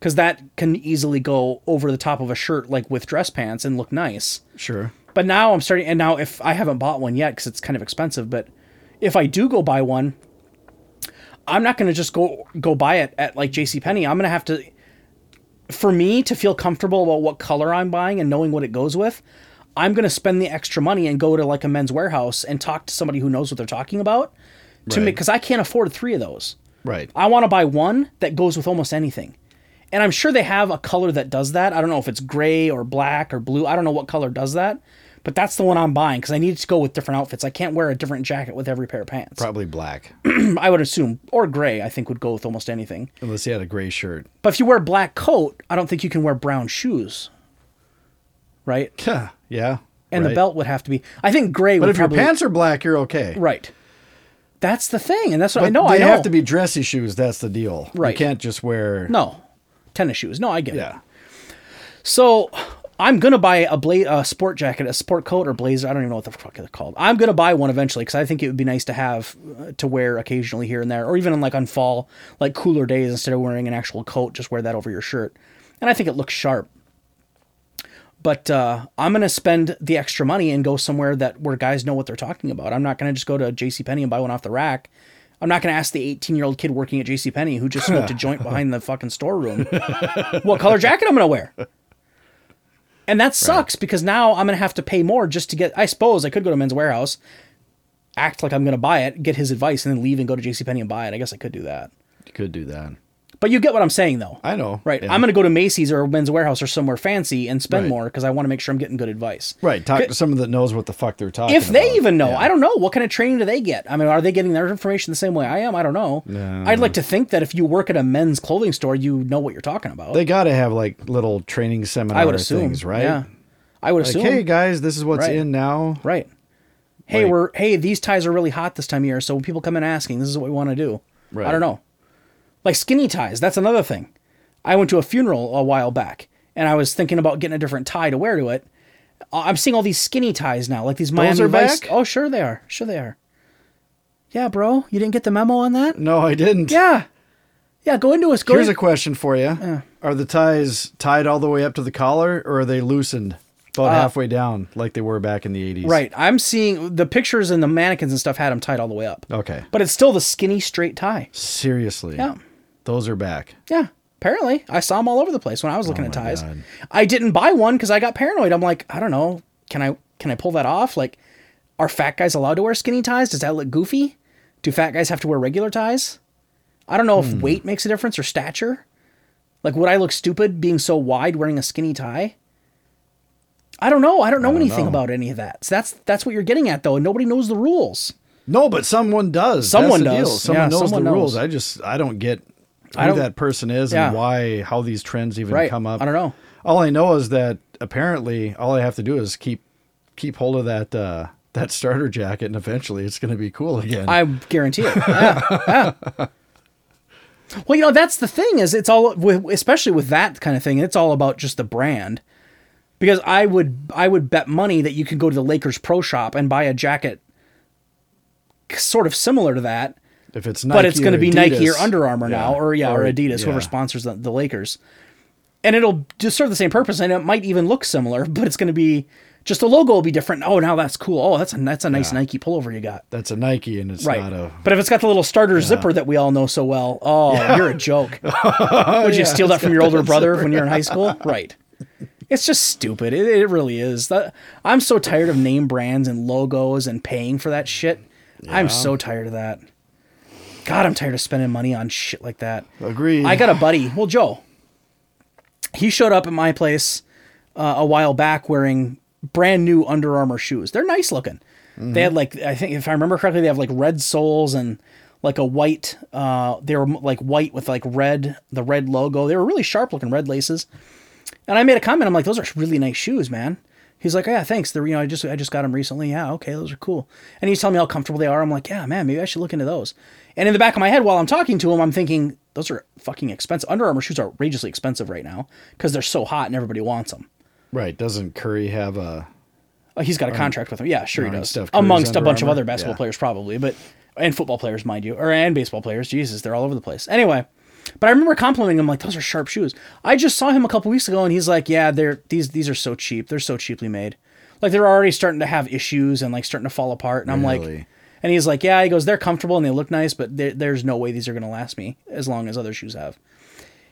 S1: because that can easily go over the top of a shirt like with dress pants and look nice.
S3: Sure.
S1: But now I'm starting, and now if I haven't bought one yet because it's kind of expensive, but if I do go buy one, I'm not going to just go go buy it at like J.C. Penney. I'm going to have to, for me to feel comfortable about what color I'm buying and knowing what it goes with, I'm going to spend the extra money and go to like a men's warehouse and talk to somebody who knows what they're talking about, to me
S3: Right.
S1: because I can't afford three of those.
S3: Right.
S1: I want to buy one that goes with almost anything. And I'm sure they have a color that does that. I don't know if it's gray or black or blue. I don't know what color does that. But that's the one I'm buying because I need to go with different outfits. I can't wear a different jacket with every pair of pants.
S3: Probably black.
S1: I would assume. Or gray, I think, would go with almost anything.
S3: Unless he had a gray shirt.
S1: But if you wear a black coat, I don't think you can wear brown shoes. Right?
S3: Yeah. Yeah.
S1: And the
S3: right.
S1: belt would have to be. I think gray
S3: But
S1: would
S3: if your
S1: probably.
S3: pants are black, you're okay.
S1: Right. That's the thing. And that's what I
S3: But
S1: know.
S3: They
S1: I know.
S3: have to be dressy shoes. That's the deal.
S1: Right.
S3: You can't just wear.
S1: No. Tennis shoes. No, I get it.
S3: Yeah.
S1: So I'm gonna buy a bla- a sport jacket, a sport coat, or blazer. I don't even know what the fuck they're called. I'm gonna buy one eventually because I think it would be nice to have uh, to wear occasionally here and there, or even on like on fall, like cooler days, instead of wearing an actual coat, just wear that over your shirt, and I think it looks sharp. But uh, I'm gonna spend the extra money and go somewhere that where guys know what they're talking about. I'm not gonna just go to J.C. Penney and buy one off the rack. I'm not gonna ask the 18 year old kid working at J.C. Penney who just smoked a joint behind the fucking storeroom what color jacket I'm gonna wear. And that sucks because now I'm gonna have to pay more just to get. I suppose I could go to Men's Warehouse, act like I'm gonna buy it, get his advice, and then leave and go to JCPenney and buy it. I guess I could do that.
S3: You could do that.
S1: But you get what I'm saying, though.
S3: I know.
S1: Right.
S3: Yeah.
S1: I'm gonna go to Macy's or Men's Warehouse or somewhere fancy and spend
S3: Right.
S1: more because I want to make sure I'm getting good advice.
S3: Right. Talk
S1: Could-
S3: to someone that knows what the fuck they're talking
S1: If they
S3: about.
S1: even know,
S3: Yeah.
S1: I don't know. What kind of training do they get? I mean, are they getting their information the same way I am? I don't know.
S3: No.
S1: I'd like to think that if you work at a men's clothing store, you know what you're talking about.
S3: They got to have like little training seminar
S1: I would assume.
S3: things, right?
S1: Yeah. I would
S3: Like,
S1: assume.
S3: hey guys, this is what's
S1: Right.
S3: in now.
S1: Right. Hey,
S3: Like-
S1: we're hey, these ties are really hot this time of year, so people come in asking, this is what we want to do.
S3: Right.
S1: I don't know. Like skinny ties, that's another thing. I went to a funeral a while back and I was thinking about getting a different tie to wear to it. I- I'm seeing all these skinny ties now, like these Miami
S3: are
S1: Vice.
S3: back?
S1: Oh, sure they are. Sure they are. Yeah, bro, you didn't get the memo on that?
S3: No, I didn't.
S1: Yeah. Yeah, go into us. Go
S3: Here's
S1: in-
S3: a question for you: Are the ties tied all the way up to the collar, or are they loosened about halfway down, like they were back in the '80s?
S1: Uh, Right. I'm seeing the pictures and the mannequins and stuff had them tied all the way up.
S3: Okay.
S1: But it's still the skinny straight tie.
S3: Seriously.
S1: Yeah.
S3: Those are back.
S1: Yeah, apparently I saw them all over the place when I was looking at
S3: Oh my
S1: ties.
S3: God.
S1: I didn't buy one because I got paranoid. I'm like, I don't know, can I can I pull that off? Like, are fat guys allowed to wear skinny ties? Does that look goofy? Do fat guys have to wear regular ties? I don't know if
S3: Hmm.
S1: weight makes a difference or stature. Like, would I look stupid being so wide wearing a skinny tie? I don't know. I don't know anything
S3: know.
S1: about any of that. So that's that's what you're getting at, though. and Nobody knows the rules.
S3: No, but someone does. That's
S1: Someone
S3: the deal.
S1: does.
S3: Someone
S1: Yeah,
S3: knows
S1: someone
S3: the
S1: knows.
S3: rules. I just I don't get who
S1: I don't-
S3: that person is
S1: Yeah.
S3: and why how these trends even
S1: Right.
S3: come up.
S1: I don't know.
S3: All I know is that apparently all I have to do is keep keep hold of that uh that starter jacket and eventually it's going to be cool again.
S1: I guarantee it. Yeah, yeah. Well, you know that's the thing is it's all with- especially with that kind of thing. It's all about just the brand, because I would I would bet money that you could go to the Lakers Pro Shop and buy a jacket sort of similar to that,
S3: if it's Nike
S1: but it's going to
S3: or
S1: be Nike or
S3: Adidas,
S1: Under Armour now,
S3: yeah,
S1: or yeah, or, Adidas,
S3: yeah.
S1: whoever sponsors the, the Lakers, and it'll just serve the same purpose, and it might even look similar, but it's going to be just the logo will be different. Oh, now that's cool. Oh, that's a that's a nice Nike pullover you got.
S3: That's a Nike and it's
S1: Right.
S3: not a
S1: But if it's got the little starter zipper that we all know so well, oh, you're a joke. Would you steal that from your older brother when you're in high school? Right. It's just stupid. It, it really is. That- I'm so tired of name brands and logos and paying for that shit. I'm so tired of that. God, I'm tired of spending money on shit like that.
S3: Agreed.
S1: I got a buddy. Well, Joe. He showed up at my place uh, a while back wearing brand new Under Armour shoes. They're nice looking. They had like I think if I remember correctly, they have like red soles and like a white. Uh, they were like white with like red, the red logo. They were really sharp looking red laces. And I made a comment. I'm like, those are really nice shoes, man. He's like, "Oh, yeah, thanks. They're, you know, I just I just got them recently. Yeah, okay, those are cool. And he's telling me how comfortable they are. I'm like, yeah, man, maybe I should look into those. And in the back of my head, while I'm talking to him, I'm thinking those are fucking expensive. Under Armour shoes are outrageously expensive right now because they're so hot and everybody wants them.
S3: Right. Doesn't Curry have a
S1: Uh, he's got a contract with him. Yeah, sure he
S3: Aren't
S1: does.
S3: Steph Curry's
S1: Amongst a
S3: Under
S1: bunch of
S3: Armour?
S1: other basketball
S3: Yeah.
S1: players, probably, but and football players, mind you, or and baseball players. Jesus, they're all over the place. Anyway, but I remember complimenting him like those are sharp shoes. I just saw him a couple weeks ago, and he's like, "Yeah, they're these these are so cheap. They're so cheaply made. Like they're already starting to have issues and like starting to fall apart." And I'm like.
S3: Really?
S1: And he's like, yeah, he goes, they're comfortable and they look nice, but there, there's no way these are going to last me as long as other shoes have.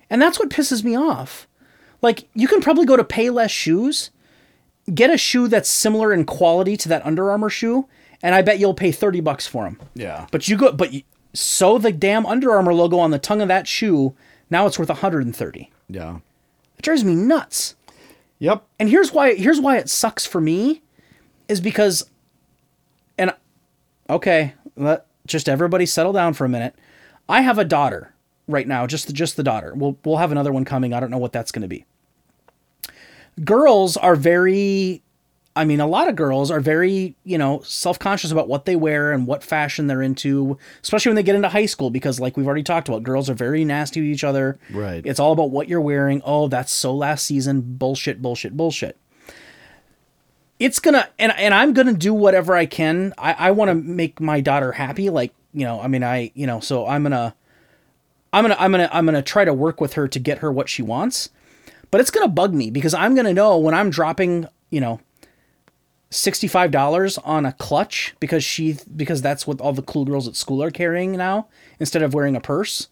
S1: And that's what pisses me off. Like, you can probably go to Payless Shoes, get a shoe that's similar in quality to that Under Armour shoe, and I bet you'll pay 30 bucks for them.
S3: Yeah.
S1: But you go, but you, sew the damn Under Armour logo on the tongue of that shoe, now it's worth 130.
S3: yeah.
S1: It drives me nuts.
S3: Yep.
S1: And here's why here's why it sucks for me is because and okay, let just everybody settle down for a minute. I have a daughter right now, just the, just the daughter. We'll we'll have another one coming. I don't know what that's going to be. Girls are very I mean, a lot of girls are very, you know, self-conscious about what they wear and what fashion they're into, especially when they get into high school because like we've already talked about, girls are very nasty to each other.
S3: Right.
S1: It's all about what you're wearing. Oh, that's so last season bullshit, bullshit, bullshit it's gonna and and I'm gonna do whatever I can. I I want to make my daughter happy. Like you know, I mean, I you know, so I'm gonna, I'm gonna, I'm gonna, I'm gonna try to work with her to get her what she wants. But it's gonna bug me because I'm gonna know when I'm dropping, you know, sixty five dollars on a clutch because she because that's what all the cool girls at school are carrying now instead of wearing a purse.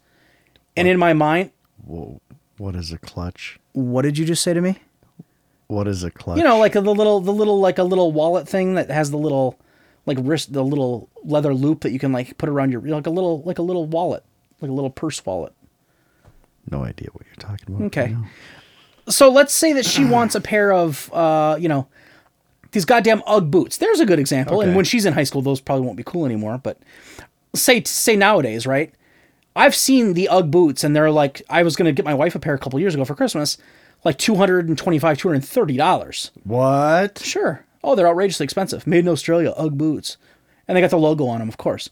S1: And in my mind,
S3: What is a clutch?
S1: what did you just say to me?
S3: What is a clutch?
S1: you know like the little the little like a little wallet thing that has the little like wrist the little leather loop that you can like put around your like a little like a little wallet like a little purse wallet
S3: no idea what you're talking about.
S1: okay so let's say that she wants a pair of uh you know these goddamn ugg boots there's a good example and
S3: Okay.
S1: when she's in high school those probably won't be cool anymore but say say nowadays right i've seen the ugg boots and they're like i was going to get my wife a pair a couple years ago for christmas like 225 230 dollars
S3: What?
S1: Sure. Oh, they're outrageously expensive. Made in Australia, Ugg boots. And they got the logo on them, of course.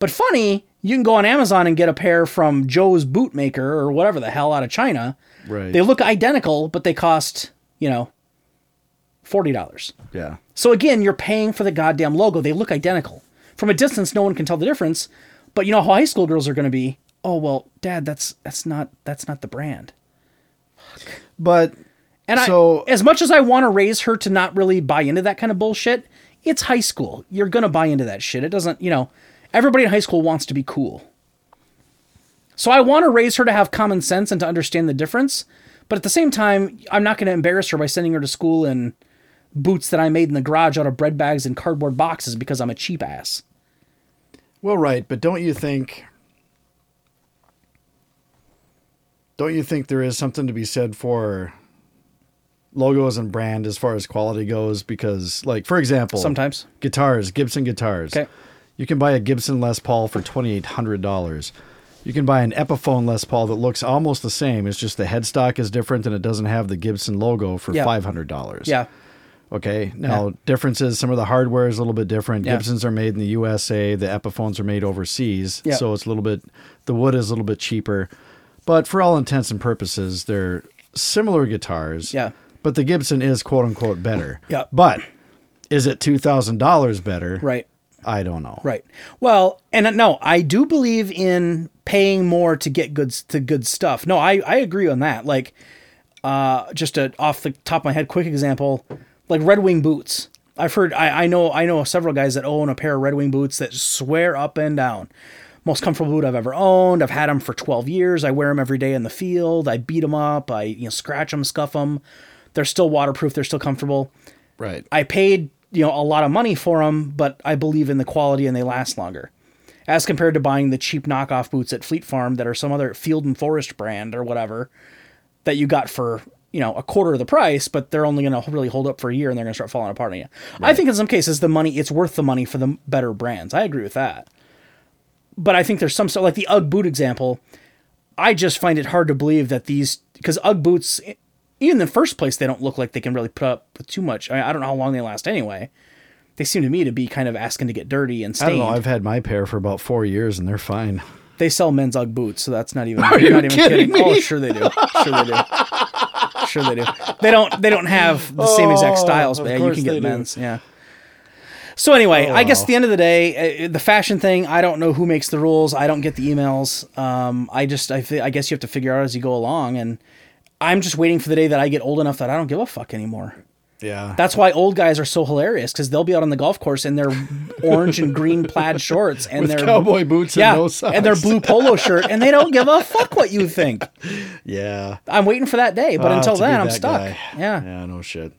S1: But funny, you can go on Amazon and get a pair from Joe's Bootmaker or whatever the hell out of China.
S3: Right.
S1: They look identical, but they cost, you know, $40.
S3: Yeah.
S1: So again, you're paying for the goddamn logo. They look identical. From a distance, no one can tell the difference. But you know how high school girls are going to be. Oh well, Dad, that's that's not that's not the brand.
S3: But
S1: And
S3: So-
S1: I, as much as I want to raise her to not really buy into that kind of bullshit, it's high school. You're gonna buy into that shit. It doesn't, you know, everybody in high school wants to be cool. So I want to raise her to have common sense and to understand the difference, but at the same time, I'm not gonna embarrass her by sending her to school in boots that I made in the garage out of bread bags and cardboard boxes because I'm a cheap ass.
S3: well, right. But don't you think? Don't you think there is something to be said for logos and brand as far as quality goes? Because, like, for example,
S1: Sometimes.
S3: guitars, Gibson guitars.
S1: Okay.
S3: You can buy a Gibson Les Paul for twenty eight hundred dollars. You can buy an Epiphone Les Paul that looks almost the same. It's just the headstock is different and it doesn't have the Gibson logo for
S1: Yeah.
S3: five hundred dollars.
S1: Yeah.
S3: Okay. Now, differences. Some of the hardware is a little bit different.
S1: Yeah.
S3: Gibsons are made in the USA. The Epiphones are made overseas.
S1: Yeah.
S3: So it's a little bit. The wood is a little bit cheaper, but for all intents and purposes, they're similar guitars.
S1: Yeah.
S3: But the Gibson is quote unquote better.
S1: Yeah.
S3: But is it two thousand dollars better?
S1: Right.
S3: I don't know.
S1: Right. Well, and uh, no, I do believe in paying more to get good to good stuff. No, I I agree on that. Like, uh, just a off the top of my head, quick example, like Red Wing boots. I've heard I I know I know several guys that own a pair of Red Wing boots that swear up and down. Most comfortable boot I've ever owned. I've had them for 12 years. I wear them every day in the field. I beat them up. I you know scratch them, scuff them. They're still waterproof. They're still comfortable.
S3: Right.
S1: I paid you know a lot of money for them, but I believe in the quality and they last longer, as compared to buying the cheap knockoff boots at Fleet Farm that are some other Field and Forest brand or whatever that you got for you know a quarter of the price, but they're only going to really hold up for a year and they're going to start falling apart on you. I think in some cases the money it's worth the money for the better brands. I agree with that. but I think there's some stuff like the UGG boot example. I just find it hard to believe that these because UGG boots, e- even in the first place, they don't look like they can really put up with too much. I, I don't know how long they last anyway. They seem to me to be kind of asking to get dirty and
S3: I
S1: stained.
S3: don't know. I've had my pair for about four years and they're fine.
S1: they sell men's UGG boots, so that's not even.
S3: Are
S1: you're
S3: you
S1: not even
S3: kidding me?
S1: Oh, sure they do. Sure they do. sure they do. They don't. They don't have the same exact styles,
S3: Oh, of
S1: but yeah, you
S3: course
S1: can
S3: they
S1: get
S3: do.
S1: men's. Yeah. So anyway, I guess
S3: wow.
S1: at the end of the day, uh, the fashion thing. I don't know who makes the rules. I don't get the emails. Um, I just, I, fi- I guess you have to figure out as you go along, and I'm just waiting for the day that I get old enough that I don't give a fuck anymore.
S3: Yeah.
S1: That's why old guys are so hilarious because they'll be out on the golf course in their orange and green plaid shorts and
S3: With
S1: their
S3: cowboy boots and
S1: yeah,
S3: no socks.
S1: and their blue polo shirt, and they don't give a fuck what you think.
S3: yeah.
S1: I'm waiting for that day, but
S3: Ah,
S1: until
S3: to be
S1: then, I'm
S3: that
S1: stuck.
S3: guy.
S1: Yeah.
S3: Yeah, no shit.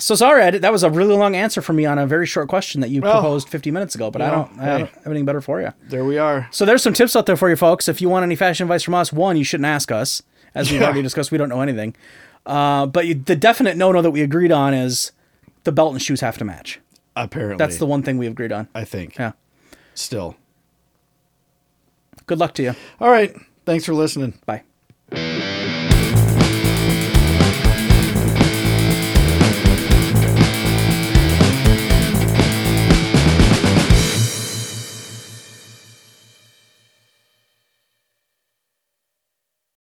S1: So sorry, I did, that was a really long answer for me on a very short question that you
S3: Well,
S1: proposed 50 minutes ago, but I
S3: you know,
S1: don't, I
S3: hey.
S1: don't have anything better for you.
S3: There we are.
S1: So there's some tips out there for you folks. If you want any fashion advice from us, one, you shouldn't ask us. As we've
S3: Yeah.
S1: already discussed, we don't know anything. Uh, but you, the definite no-no that we agreed on is the belt and shoes have to match.
S3: Apparently.
S1: That's the one thing we agreed on.
S3: I think.
S1: Yeah.
S3: Still.
S1: Good luck to you.
S3: All right. Thanks for listening.
S1: Bye.